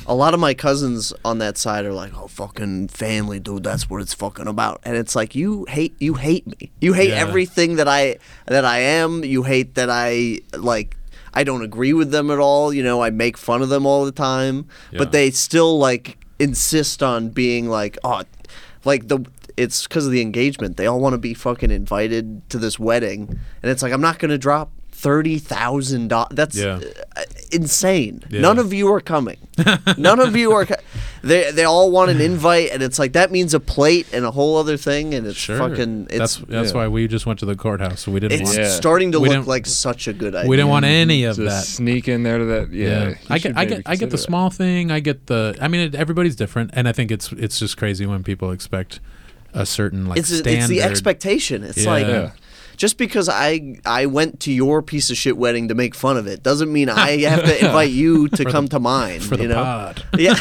a lot of my cousins on that side are like, "Oh, fucking family, dude. That's what it's fucking about." And it's like you hate you hate me. You hate
Yeah.
everything that I that I am. You hate that I like. I don't agree with them at all. You know, I make fun of them all the time,
Yeah.
but they still like insist on being like, "Oh, like the." It's because of the engagement. They all want to be fucking invited to this wedding, and it's like I'm not gonna drop thirty thousand dollars. That's
Yeah.
uh, insane.
Yeah.
None of you are
[laughs]
coming. None of you are. Co- they they all want an invite, and it's like that means a plate and a whole other thing, and it's
sure
fucking. It's
that's that's
yeah.
why we just went to the courthouse so we didn't
it's
want
Yeah.
starting to
We
look
didn't-
like such a good idea.
we didn't want any of
Just
that
sneak in there to that. Yeah,
Yeah, I
you
get,
should
I
maybe
get, I get
consider that.
the small thing. I get the. I mean, it, everybody's different, and I think it's it's just crazy when people expect a certain like
It's
standard.
it's the expectation. It's
Yeah.
like.
Yeah.
Just because I I went to your piece of shit wedding to make fun of it doesn't mean I have
[laughs]
to invite you to come to mine.
for the
you know?
pod.
[laughs]
[laughs]
Yeah,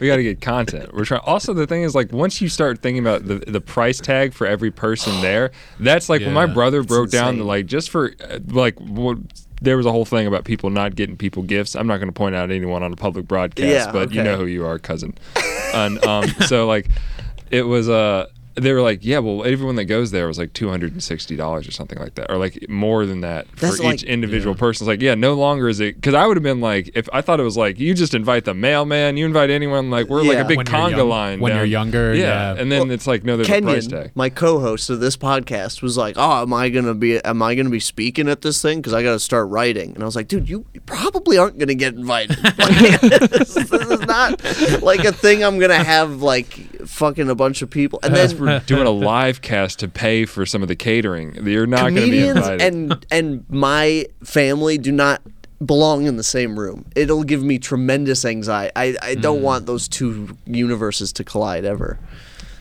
we got to get content. We're trying. Also, the thing is, like, once you start thinking about the, the price tag for every person there, that's like when my
Yeah,
brother broke down the
insane.
like just for uh, like what. There was a whole thing about people not getting people gifts. I'm not going to point out anyone on a public broadcast,
Yeah,
but Oh, you
okay.
know who you are, cousin. and um, so like, it was uh, they were like, yeah, well, everyone that goes there was like two hundred and sixty dollars or something like that, or like more than that for
That's
each
like-
individual person. It's like, yeah, no longer is it because I would have been like, if I thought it was like you just invite the mailman, you invite anyone, like we're like
Yeah.
a big
When you're
conga
young-
line
when
down-
you're younger, yeah.
and then it's like no, there's a price
Kenyon,
tag.
my co-host of this podcast, was like, "Oh, am I gonna be? Am I gonna be speaking at this thing? Because I got to start writing." And I was like, "Dude, you probably aren't gonna get invited. [laughs] Like, this, this is not like a thing I'm gonna have like fucking a bunch of people." And
As
then
for doing a live cast to pay for some of the catering, you're not going to be
comedians
invited.
and and my family do not belong in the same room. It'll give me tremendous anxiety. I, I
Mm.
don't want those two universes to collide ever.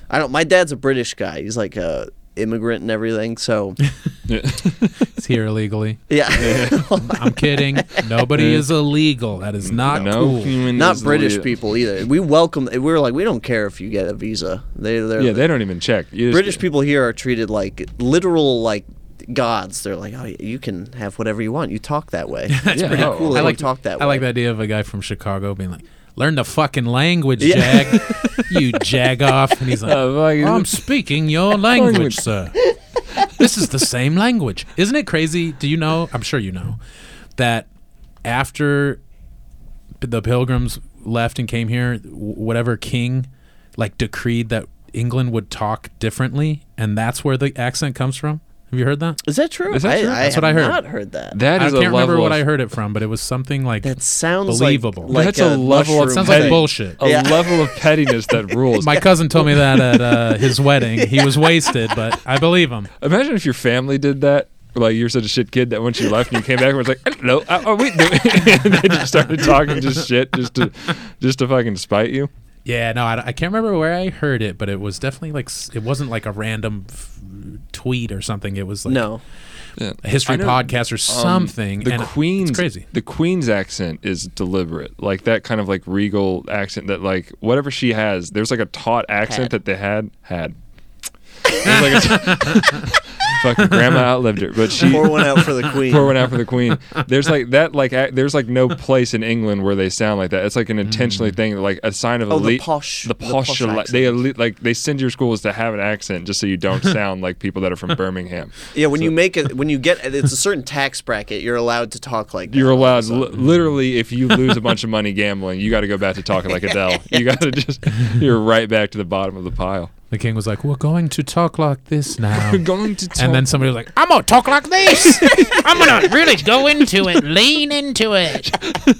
I don't. My dad's a British guy. He's like a immigrant and everything.
[laughs]
So
It's here illegally.
yeah,
I'm kidding. Nobody is illegal. That is not
no [laughs]
cool.
human
[laughs] not
is
British
real.
people either. We welcome. We are like we don't care if you get a visa. They they're
Yeah, they don't even check. You just-
British people here are treated like literal like gods. They're like, oh, you can have whatever you want. You talk
[laughs]
that way. That's
Yeah.
pretty
Oh.
cool.
I
I
like
like talk that.
I
way.
like the idea of a guy from Chicago being like, "Learn the fucking language,
Yeah. [laughs]
Jag. you jag off." And he's like,
Uh, like-
"I'm
[laughs]
speaking your language, sir. This is the same language, isn't it crazy? Do you know? I'm sure you know that after the Pilgrims left and came here, wh- whatever king like decreed that England would talk differently, and that's where the accent comes from. Have you heard that?
Is that true?
Is that true?
I,
That's
have
what I heard.
Not heard that.
That
I
is
can't
a level
remember what
of-
I heard it from, but it was something like
That sounds
Believable.
Like, like
That's a level of
mushroom
it sounds
Hey.
like
thing.
bullshit.
a
Yeah.
level of pettiness
[laughs]
that rules. [laughs]
My cousin told me that at uh, his wedding. He was wasted, but I believe him.
Imagine if your family did that. Like you're such a shit kid that once you left and you came back and was like, I don't know, uh, are we doing? [laughs] and they just started talking just shit, just to, just to fucking spite you.
Yeah, no, I, I can't remember where I heard it, but it was definitely like s- it wasn't like a random f- tweet or something. It was like
No,
a
I
history
know,
podcast or something.
Um, The
and it-
Queen's
it's crazy.
The Queen's accent is deliberate, like that kind of like regal accent that like whatever she has. There's like a taut accent
Had.
that they had had. There's like a [laughs]
[laughs]
fucking grandma outlived her, but she
pour one out
[laughs]
for the queen.
pour one out for the
[laughs]
queen. There's like that, like ac- there's like no place in England where they sound like that. It's like an intentionally thing, like a sign of
Mm. Oh, the
elite.
posh-
the
the
posh,
posh
elite-
accent.
they elite, like they send your schools to have an accent just so you
[laughs]
don't sound like people that are from Birmingham.
yeah, when you make it, when you get it's a certain tax bracket, you're allowed to talk like that.
You're allowed li- literally if you lose a bunch of money gambling, you got to go back to talking like
[laughs]
Adele. You got to just you're right back to the bottom of the pile.
The king was like, "We're going to talk
[laughs]
like this
Oh.
now."
We're going to talk.
and then somebody was like, "I'm gonna talk like this.
[laughs]
I'm gonna really go into it, lean into it.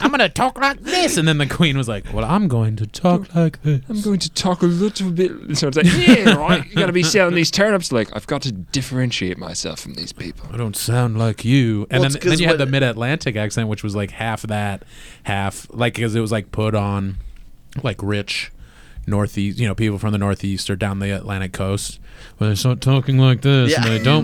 I'm gonna talk like this." And then the queen was like, "Well, I'm going to talk like this."
I'm going to talk a little bit. So it's like,
[laughs]
yeah, right. You got to be selling these turnips. Like, I've got to differentiate myself from these people.
I don't sound like you. And
Well, it's
then, then
'cause
you had the
what-
mid Atlantic accent, which was like half that, half like because it was like put on like rich Northeast, you know, people from the Northeast or down the Atlantic coast. Well, they start talking like this and
Yeah.
they don't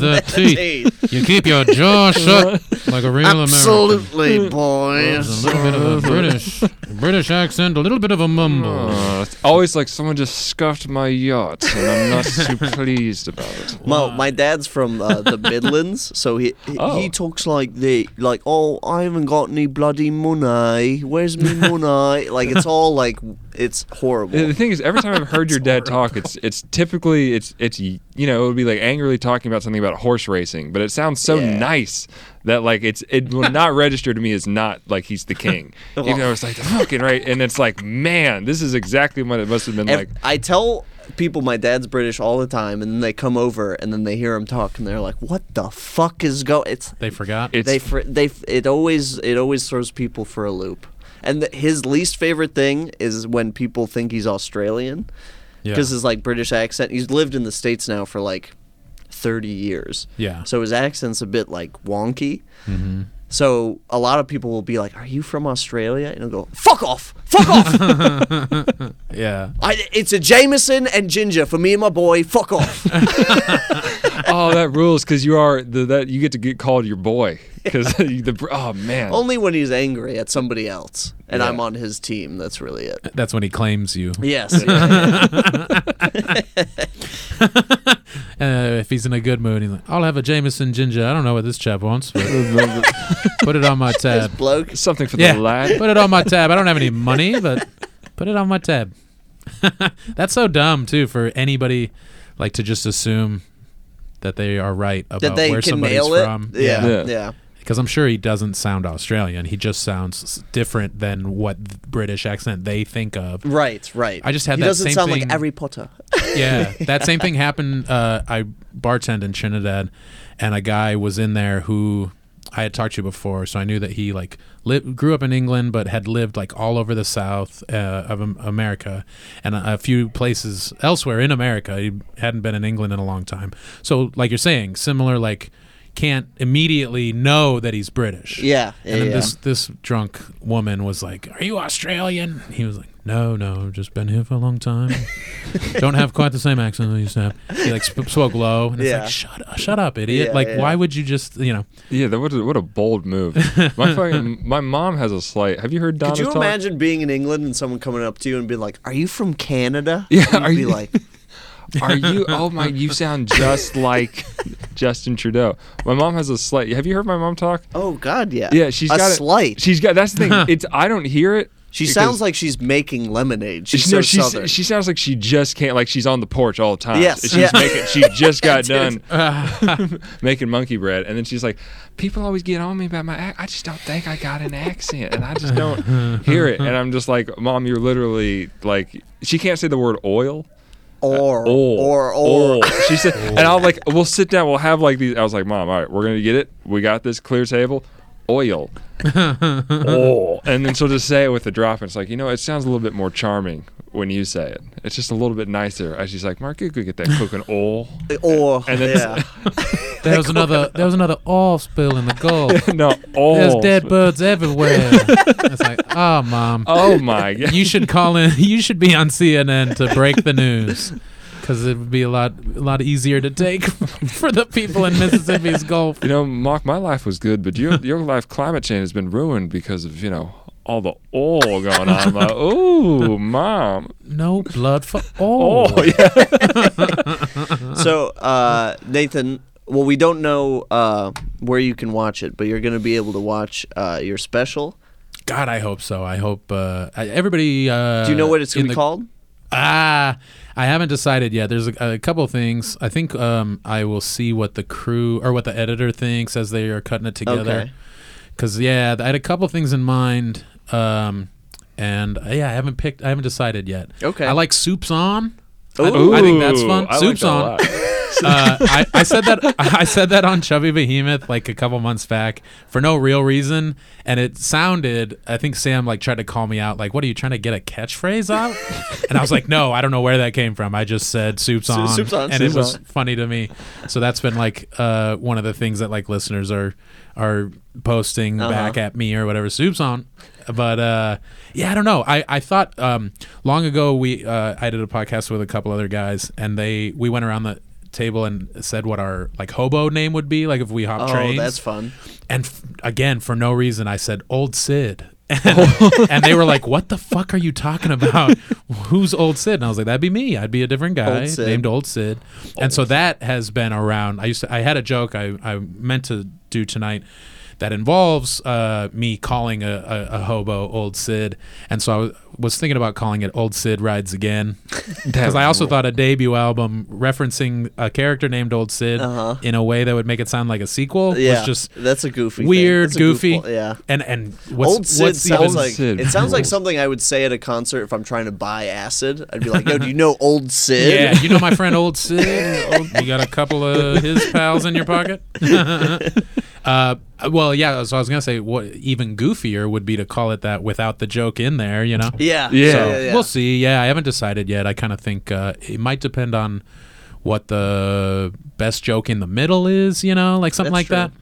[laughs]
their teeth.
Hey,
You keep
[laughs]
your jaw shut like a real American.
absolutely,
There's
boys.
a little bit
[laughs]
of a British, British accent, a little bit of a mumble.
Oh.
Uh, it's always like someone just scuffed my yacht, and I'm not
[laughs]
too pleased about it.
My, my dad's from uh, the Midlands, so he he,
Oh.
he talks like the like oh I haven't got any bloody money.
[laughs]
Where's me money? like it's all like it's
The the
horrible.
thing is, every time I've heard your dad talk, it's it's typically it's it's you know it would be like angrily talking about something about horse racing, but it sounds so
Yeah.
nice that like it's it will not register to me as not like he's the
[laughs]
king, even though it's like the fucking right, and it's like man, this is exactly what it must have been
Ev-
like.
I tell people my dad's British all the time, and then they come over and then they hear him talk, and they're like, "What the fuck is go?" It's
They forgot.
It's
they fr- they f- it always it always throws people for a loop. And th his least favorite thing is when people think he's Australian
Yeah.
because his like British accent. He's lived in the states now for like thirty years.
Yeah. Mm-hmm.
So his accent's a bit like wonky. So a lot of people will be like, "Are you from Australia?" And he'll go, "Fuck off, fuck
[laughs]
off!
yeah.
I, it's a Jameson and ginger for me and my boy. Fuck off."
oh, that rules because you are the, that you get to get called your boy because [laughs] the br- oh man.
Only when he's angry at somebody else and
Yeah.
I'm on his team. That's really it.
That's when he claims you.
Yes. yeah, yeah.
Uh, if he's in a good mood, he's like, I'll have a Jameson ginger. I don't know what this chap wants, but put it on my tab.
Bloke.
Something for
Yeah.
the lad.
Put it on my tab. [laughs] I don't have any money, but put it on my tab. That's so dumb too for anybody like to just assume that they are right about
that they
where
can
somebody's
nail it.
from.
Yeah,
Yeah.
yeah.
because I'm sure he doesn't sound Australian. He just sounds s- different than what th- British accent they think of.
Right, right.
I just had
he
that
doesn't
same
sound
thing-
like Harry Potter. [laughs]
yeah, [laughs] that same thing happened. Uh, I bartended in Trinidad, and a guy was in there who I had talked to before, so I knew that he like li- grew up in England, but had lived like all over the South uh, of Am- America and a, a few places elsewhere in America. He hadn't been in England in a long time, so like you're saying, similar like can't immediately know that he's British.
yeah, yeah,
And then
yeah.
this this drunk woman was like, "Are you Australian?" He was like, "No, no, I've just been here for a
[laughs]
long time. Don't have quite the same accent I used to have." He like sp- spoke low, and it's
Yeah.
like, "Shut up, shut up, idiot!
Yeah,
like,
yeah.
why would you just, you
[laughs]
know?"
Yeah, that was a, what a bold move. My fucking my mom has a slight. Have you heard Donna
Could you
talk?
imagine being in England and someone coming up to you and being like, "Are you from Canada?"
Yeah,
You'd
are
be
you-
like,
Are
[laughs]
you? Oh my! You sound just like Justin Trudeau. My mom has a slight. Have you heard my mom talk?
"Oh God, yeah."
Yeah, she's
a
got it-
slight.
She's got. That's the
[laughs]
thing. It's I don't hear it.
She
because-
sounds like she's making lemonade. She's
no,
so
she's-
southern.
she sounds like she just can't. Like she's on the porch all the time.
Yes,
she's
yeah.
making. She
[laughs]
just got done [laughs] making monkey bread, and then she's like, "People always get on me about my. ac- I just don't think I got an accent, and I just
[laughs]
don't hear it." And I'm just like, "Mom, you're literally like." She can't say the word oil.
or,
Oh,
or or
oh. [laughs] She said, and I'll like, we'll sit down, we'll have like these. I was like, Mom, all right, we're gonna get it. We got this clear table,
[laughs]
oil. oh, and then she'll just say it with a drop, and it's like, you know, it sounds a little bit more charming when you say it. It's just a little bit nicer. And she's like, Mark, you could get that cooking oil. [laughs]
or.
And then-
yeah.
There was another there was another oil spill in
[laughs]
the Gulf. [laughs]
no, oil.
There's dead birds everywhere. it's like, oh, mom,
Oh
[laughs]
my god.
you should call in. You should be on CNN to break the news. Because it would be a lot, a lot easier to take [laughs] for the people in Mississippi's Gulf.
You know, Mark, my life was good, but your your life climate change has been ruined because of you know all the oil going on. I'm
[laughs]
like, oh, mom,
No blood
[laughs]
for all.
oh yeah.
so uh, Nathan, well, we don't know uh, where you can watch it, but you're going to be able to watch uh, your special.
God, I hope so. I hope uh, I- everybody. Uh,
Do you know what it's going to
in
be
the-
called?
Ah, I haven't decided yet. There's a, a couple of things. I think um, I will see what the crew or what the editor thinks as they are cutting it together.
Okay.
Because yeah, I had a couple of things in mind, um, and uh, yeah, I haven't picked. I haven't decided yet.
Okay.
I like soups on. I-
Ooh.
I think that's fun.
I like
soups
that a
on.
lot.
[laughs] uh, I, I said that I said that on Chubby Behemoth like a couple months back for no real reason, and it sounded. I think Sam like tried to call me out, like, "What are you trying to get a catchphrase out?" and I was like, "No, I don't know where that came from. I just said soups on,
soup's on,
and
soup's
it was
on.
funny to me." So that's been like uh, one of the things that like listeners are are posting
Uh-huh.
back at me or whatever. Soups on. But uh, yeah, I don't know. I, I thought um, long ago we uh, I did a podcast with a couple other guys, and they we went around the table and said what our like hobo name would be, like if we hop
Oh,
trains.
that's fun.
And f- again, for no reason, I said old Sid. [laughs] And,
[laughs]
and they were like, "What the fuck are you talking about? Who's old Sid?" And I was like, "That'd be me. I'd be a different guy
Old Sid.
named Old Sid." And so that has been around. I used to. I had a joke I, I meant to do tonight that involves uh, me calling a, a, a hobo Old Sid, and so I was, was thinking about calling it Old Sid Rides
[laughs]
Again because I also thought a debut album referencing a character named Old Sid in a way that would make it sound like a sequel
Uh-huh. Yeah,
was just
that's a goofy, thing.
weird,
That's a
goofy,
goofball- yeah.
And and what's,
old Sid
what's
sounds
even-
like
Sid
it sounds like
rules.
something I would say at a concert if I'm trying to buy acid. I'd be like, "Yo, do you know
[laughs]
Old Sid?"
[laughs] yeah, you know my friend Old Sid. Old- you got a couple of his pals in your pocket. [laughs] uh, well, yeah. So I was gonna say, what even goofier would be to call it that without the joke in there, you know?
yeah,
Yeah.
So,
Yeah,
We'll see. Yeah, I haven't decided yet. I kind of think uh, it might depend on what the best joke in the middle is, you know, like something
That's
like
true.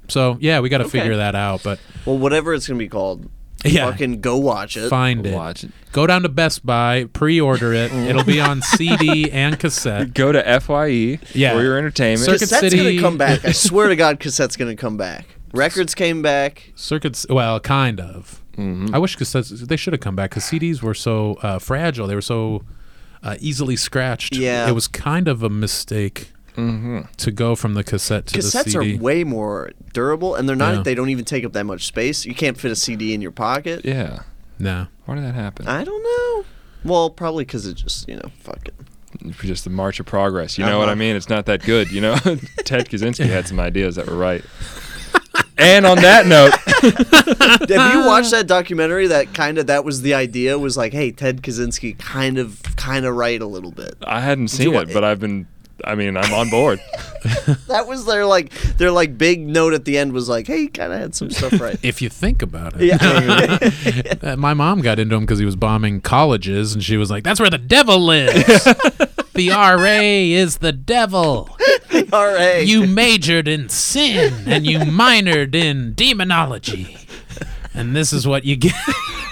that. So yeah, we got to
Okay.
figure that out. But
Well, whatever it's gonna be called,
Yeah.
fucking go watch it.
find it.
Uh, Watch it.
Go down to Best Buy, pre-order it.
Mm-hmm.
It'll be on
[laughs]
CD and cassette.
Go to FYE
Yeah.
for your entertainment.
Circuit
Cassette's
City-
gonna come back. I swear to
[laughs]
God, cassette's gonna come back. Records came back.
Circuits, well, kind of.
Mm-hmm.
I wish cassettes. They should have come back because CDs were so uh, fragile. They were so uh, easily scratched.
Yeah. Mm-hmm.
it was kind of a mistake to go from the cassette to the
Cassettes
CD.
are way more durable, and they're not.
Yeah.
They don't even take up that much space. You can't fit a CD in your pocket.
yeah.
no.
Why did that happen?
I don't know. Well, probably because it just you know fuck it. [laughs]
for just the march of progress. You know what
Uh-huh.
I mean? It's not that good. You know, [laughs] Ted Kaczynski had some ideas that were
[laughs]
right. And on that note,
Have you watched that documentary? That kind of that was the idea. Was like, hey, Ted Kaczynski kind of kind of right a little bit.
I hadn't seen
you
it,
wa-
but I've been. I mean, I'm on board.
That was their like their like big note at the end was like, hey, you kind of had some stuff
[laughs]
right.
If you think about it,
yeah. [laughs]
Uh, [laughs] my mom got into him because he was bombing colleges, and she was like, "That's where the
[laughs]
devil lives. the RA is the devil.
All right. [laughs]
You majored in sin and you minored in demonology, and this is what you get." [laughs]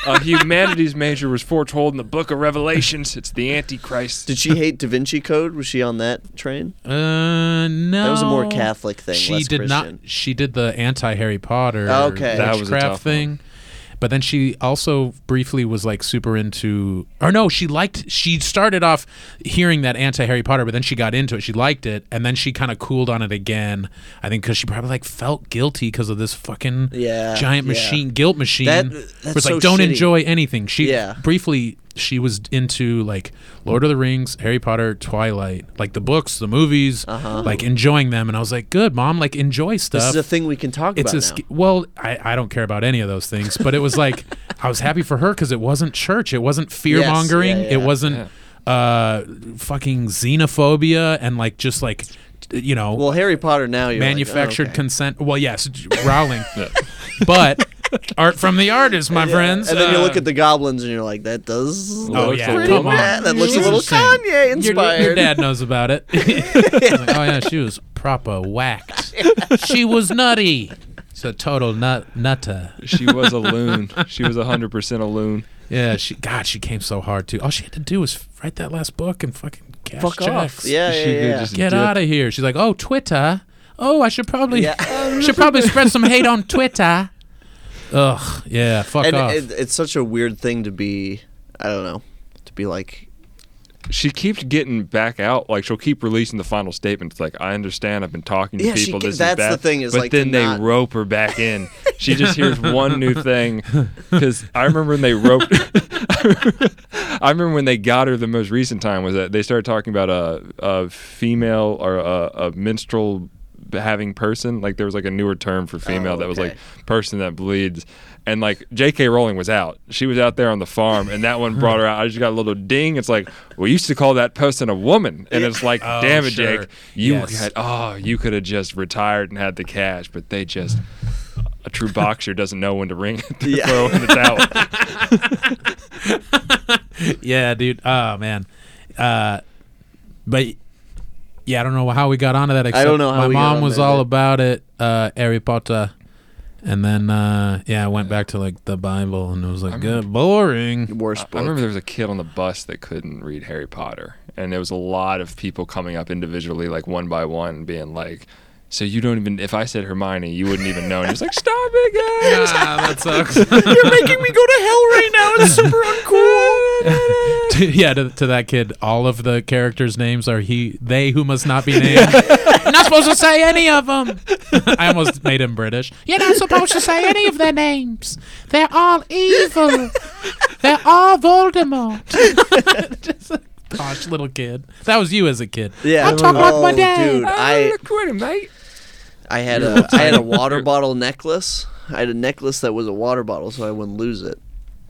Uh, humanity's major was foretold in the Book of Revelations. It's the Antichrist.
Did she hate Da Vinci Code? Was she on that train?
Uh, no,
That was a more Catholic thing.
She
less
did
Christian.
not. She did the anti Harry Potter
Okay. That
was a
witchcraft
tough one.
thing. But then she also briefly was like super into, or no, she liked. She started off hearing that anti Harry Potter, but then she got into it. She liked it, and then she kind of cooled on it again. I think because she probably like felt guilty because of this fucking
Yeah,
giant
yeah.
machine guilt machine.
That-
where it's
that's so
like don't
shitty."
enjoy anything. She
Yeah.
briefly she was into like Lord of the Rings, Harry Potter, Twilight, like the books, the movies, like enjoying them. And I was like, good mom, like
Uh-huh.
enjoy
This
stuff.
is a thing we can talk about
it's a
now.
sk- well, I, I don't care about any of those things, but it was
[laughs]
like I was happy for her because it wasn't church, it wasn't fear mongering,
yeah, yeah.
it wasn't uh fucking xenophobia and like just like t- you know
well, Harry Potter now you're like, oh,
manufactured
okay.
consent.
[laughs]
Well, yes, Rowling, but art from the artist, my friends.
And then you look
Uh,
at the goblins and you're like, that does.
Oh
look
yeah,
pretty
come on.
bad. That looks a
She's
little
insane.
Kanye
Your- your-
inspired.
Your, dad [laughs] knows
[laughs]
about it. I was like, oh yeah, she was proper whacked. she was nutty. It's a total nut nutter.
She was a loon. She was 100% a loon.
Yeah, she. God, she came so hard too. All she had to do was write that last book and fucking cash
Fuck
checks.
off. Yeah, yeah,
She could
yeah.
just
Get
dip.
out of here. She's like, oh Twitter. Oh, I should probably
Yeah.
should probably spread some hate on Twitter. Ugh. Yeah. Fuck
and
off.
it, it's such a weird thing to be. I don't know. To be like,
she keeps getting back out. Like she'll keep releasing the final statements. Like I understand, I've been talking to
Yeah, she
people.
ke-
this
that's
is bad.
the thing is,
but
like, to
then they
not-
rope her back
[laughs]
in. she just hears one new thing. Because I remember when they roped.
[laughs]
I remember when they got her the most recent time was that they started talking about a, a female or a, a minstrel having person like there was like a newer term for female
Oh,
that was
okay.
like person that bleeds and like J.K. Rowling was out she was out there on the farm and that one brought her out I just got a little ding it's like we used to call that person a woman and it's like
Oh,
damn it
sure.
Jake you
Yes.
had oh you could have just retired and had the cash but they just a true boxer doesn't know when to ring [laughs] to
Yeah.
throw in the towel
yeah, dude. Oh man. Uh, but yeah, I don't know how we got onto that. Except
don't know how
my
we got
mom
on
was
there,
all
but-
about it. Uh, Harry Potter, and then uh, yeah, I went back to like the Bible, and it was like "Good,
[laughs]
boring.
worst
I
book.
remember there was a kid on the bus that couldn't read Harry Potter, and there was a lot of people coming up individually, like one by one, being like, "So you don't even? If I said Hermione, you wouldn't even know." And he was like, "Stop it, guys!
Ah, that
[laughs]
sucks.
You're
[laughs]
making me go to hell right now. It's super uncool."
To- [laughs] yeah, to, to that kid, all of the characters' names are he, they who must not be named. You're not supposed to say any of them. [laughs] I almost made him British. You're not supposed to say any of their names. They're all evil. They're all Voldemort. [laughs] Just a posh little kid. That was you as a kid.
yeah.
I talk like
oh,
my dad.
dude. I
quit it, mate.
I had a I
[laughs]
had a water bottle necklace. I had a necklace that was a water bottle, so I wouldn't lose it.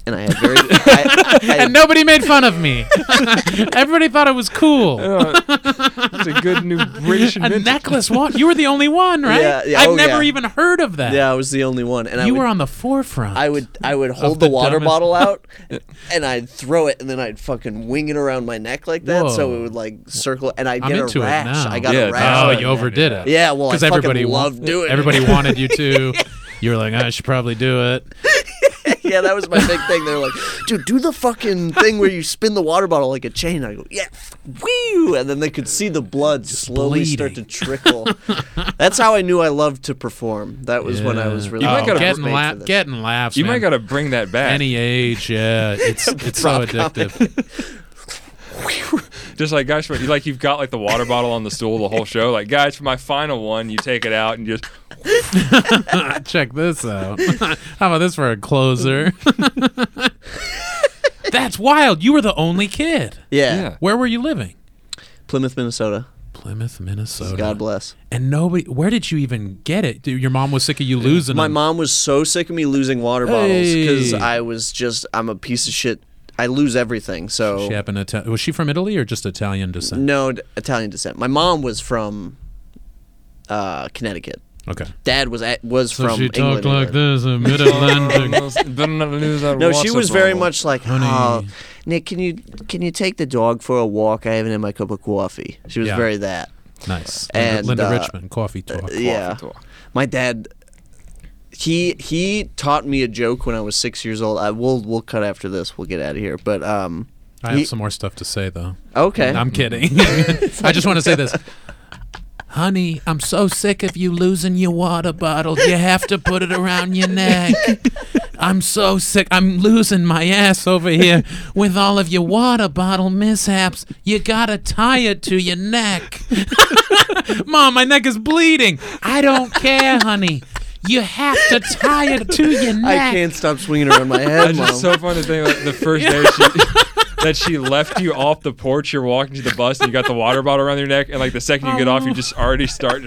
And I had very. I,
[laughs]
I, I,
And nobody made fun of me. [laughs] Everybody thought it was
Oh,
cool.
Uh, It's a good new British
A
invention.
necklace one. You were the only one, right?
Yeah, yeah,
I've
oh,
never
yeah.
even heard of that.
yeah, I was the only one, and I
you
would,
were on the forefront.
I would I would hold the,
the
water
dumbest-
bottle
[laughs]
out, and I'd throw it, and then I'd fucking wing it around my neck like that, so
Whoa.
it would like circle, and I'd
I'm
get a
into it
rash.
now.
I got
Yeah,
a
it's
rash.
Oh,
Right.
you overdid it.
Yeah, well, I fucking
everybody wa-
loved doing it.
Everybody wanted you to. You were like, "Oh, I should probably do it.
[laughs] yeah, that was my big thing. They're like, dude, do the
[laughs]
fucking thing where you spin the water bottle like a chain. I go, yeah, f- whew, and then they could see the blood slowly start to
bleeding. [laughs]
trickle. That's how I knew I loved to perform. That was when I was
Yeah.
really
You might
oh,
gotta
getting,
made
la-
for this.
getting laughs.
You might
man.
gotta bring that back.
any age. Yeah,
[laughs]
it's it's so
Prop comedy.
[laughs] addictive.
Just like guys, for, like you've got like the water bottle on the stool the whole show. Like guys, for my final one, you take it out and just
[laughs] Check this out. How about this for a closer? [laughs] That's wild. You were the only kid.
Yeah.
Yeah.
Where were you living?
Plymouth, Minnesota.
Plymouth, Minnesota.
God bless.
And nobody. Where did you even get it? Dude, Your mom was sick of you losing.
My
them.
mom was so sick of me losing water bottles because
Hey.
I was just I'm a piece of shit. I lose everything. So
She happened to. Was she from Italy or just Italian descent?
no d- Italian descent. My mom was from uh, Connecticut.
Okay.
Dad was at, was from
she
England.
talked like
England.
this in
[laughs]
Mid Atlantic.
No,
no,
she was very much like,
Honey.
oh, Nick, can you can you take the dog for a walk? I haven't had my cup of coffee. She was
Yeah.
very that.
nice.
And,
Linda, Linda
uh,
Richmond, coffee talk.
yeah.
talk.
My dad he he taught me a joke when I was six years old. I will we'll cut after this. We'll get out of here. But um
I have
he-
some more stuff to say though.
Okay.
I'm kidding. [laughs] I just want to say this. Honey, I'm so sick of you losing your water bottle. You have to put it around your neck. I'm so sick. I'm losing my ass over here with all of your water bottle mishaps. You gotta tie it to your neck. [laughs] Mom, my neck is bleeding. I don't care, honey. You have to tie it to your
I
neck.
can't stop swinging
[laughs]
around my head,
It's
mom.
just so funny to think like, the first day she, [laughs] that she left you off the porch. You're walking to the bus and you got the water bottle around your neck, and like the second you get off, you just already start.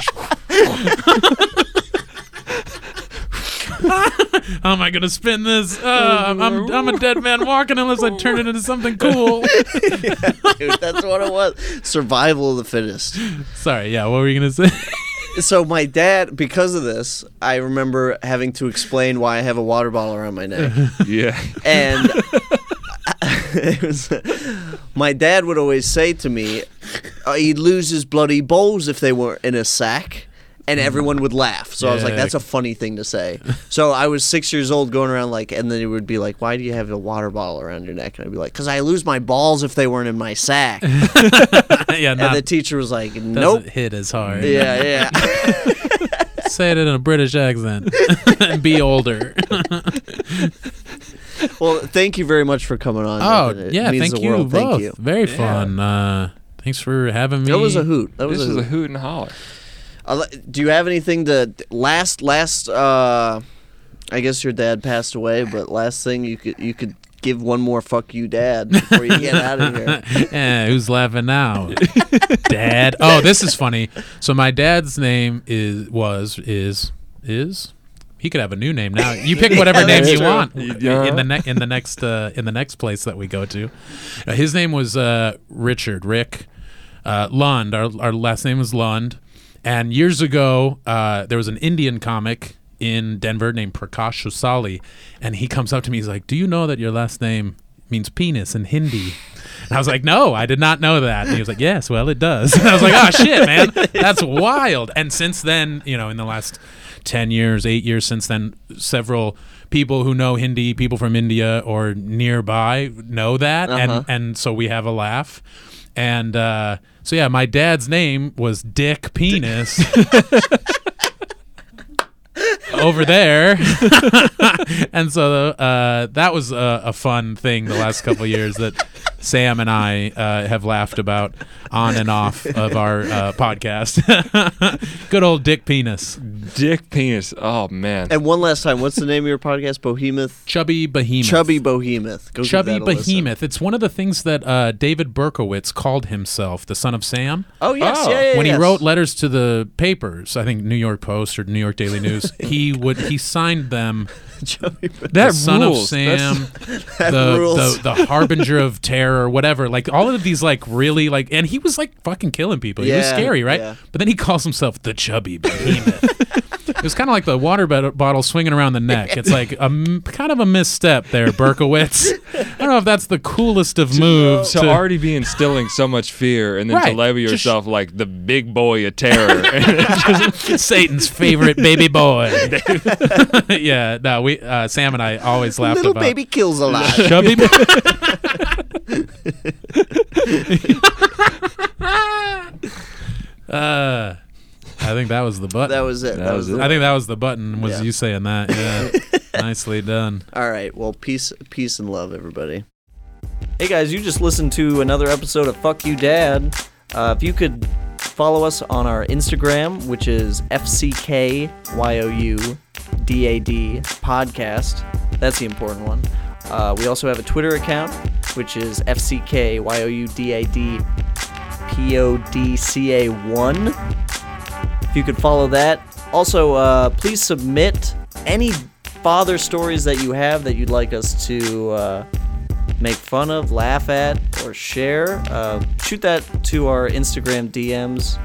How am I gonna spin this? Uh, I'm, I'm, I'm a dead man walking unless I turn it into something
[laughs]
cool.
Dude, that's what it was. Survival of the fittest.
Sorry, yeah. What were you gonna say? [laughs]
So my dad, because of this, I remember having to explain why I have a water bottle around my neck.
[laughs] yeah,
[laughs]
and [laughs] it was, my dad would always say to me, uh, he'd lose his bloody bowls if they weren't in a sack. And everyone would laugh. So I was like,
Mm. Yeah.
that's a funny thing to say. So I was six years old going around like, and then it would be like, why do you have a water bottle around your neck? And I'd be like, because I lose my balls if they weren't in my
[laughs]
sack. And
yeah, not
the teacher was like,
doesn't
nope.
hit as hard.
Yeah, yeah.
[laughs] Say it in a British accent [laughs] and
[laughs]
be older.
well, thank you very much for coming on.
oh,
Nathan. It
yeah.
means
Thank
the
you
world.
both.
Thank you.
Very fun. Uh, thanks for having me.
That was a
[laughs]
hoot. That was
this
a
is
hoot.
a hoot and holler.
I'll let- Do you have anything to last? Last, uh, I guess your dad passed away, but last thing you could you could give one more fuck you, dad, before you get out of here.
[laughs] Eh, who's
[laughs]
laughing now? Dad. Oh, this is funny. So my dad's name is was is is. He could have a new name now. You pick
[laughs]
whatever
Yeah,
name
that's
you
true.
want
Yeah.
in the ne- in the next uh, in the next place that we go to. Uh, his name was uh, Richard Rick uh, Lund. Our our last name was Lund. And years ago, uh, there was an Indian comic in Denver named Prakash Usali, and he comes up to me. He's like, "Do you know that your last name means penis in Hindi?" And I was like, "No, I did not know that." And he was like, "Yes, well, it does." [laughs] And I was like, "Oh shit, man, that's wild." And since then, you know, in the last ten years, eight years since then, several people who know Hindi, people from India or nearby, know that, and and so we have a laugh. And uh, so yeah, my dad's name was Dick Penis. [laughs] over there. [laughs] and so uh, that was a, a fun thing the last couple years that Sam and I uh, have laughed about on and off of our uh, podcast. [laughs] Good old Dick Penis.
Dick penis. Oh man.
And one last time, what's the name of your podcast? Bohemoth,
Chubby Behemoth.
chubby Bohemoth. Go give
Chubby
that a listen.
Behemoth. It's one of the things that uh, David Berkowitz called himself, the son of Sam.
Oh yes,
Oh.
yeah, yeah,
when he
yes. [laughs]
wrote letters to the papers, I think New York Post or New York Daily News, he would he signed them
Chubby Bo-
that
the son
rules.
of
That's-
Sam, [laughs]
That
the,
rules.
the the harbinger of terror, whatever. Like all of these, like really, like and he was like fucking killing people. He was
Yeah,
scary, right?
yeah.
But then he calls himself the chubby behemoth. it was kind of like the water bot- bottle swinging around the neck. It's like a m- kind of a misstep there, Berkowitz. I don't know if that's the coolest of moves.
to
to-
already be instilling so much fear and then
Right,
to label
just-
yourself like the big boy of
[laughs]
terror.
Satan's favorite baby boy. [laughs] yeah, no, we uh, Sam and I always laughed
little
about
baby kills a lot.
[laughs] chubby.
[laughs]
uh, I think that was the button.
that was it. That, was, it.
I think that was the button. Was
Yeah.
you saying that? Yeah,
[laughs]
nicely done.
All right. Well, peace, peace and love, everybody.
Hey guys, you just listened to another episode of Fuck You Dad. Uh, if you could follow us on our Instagram, which is FCKYOU DAD podcast, that's the important one.
Uh, we also have a Twitter account, which is FCKYOUDADPODCA1. If you could follow that. Also, uh, please submit any father stories that you have that you'd like us to uh, make fun of, laugh at, or share. Uh, shoot that to our Instagram DMs.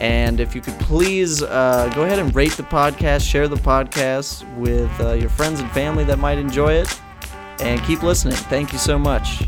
And if you could please uh, go ahead and rate the podcast, share the podcast with uh, your friends and family that might enjoy it, and keep listening. Thank you so much.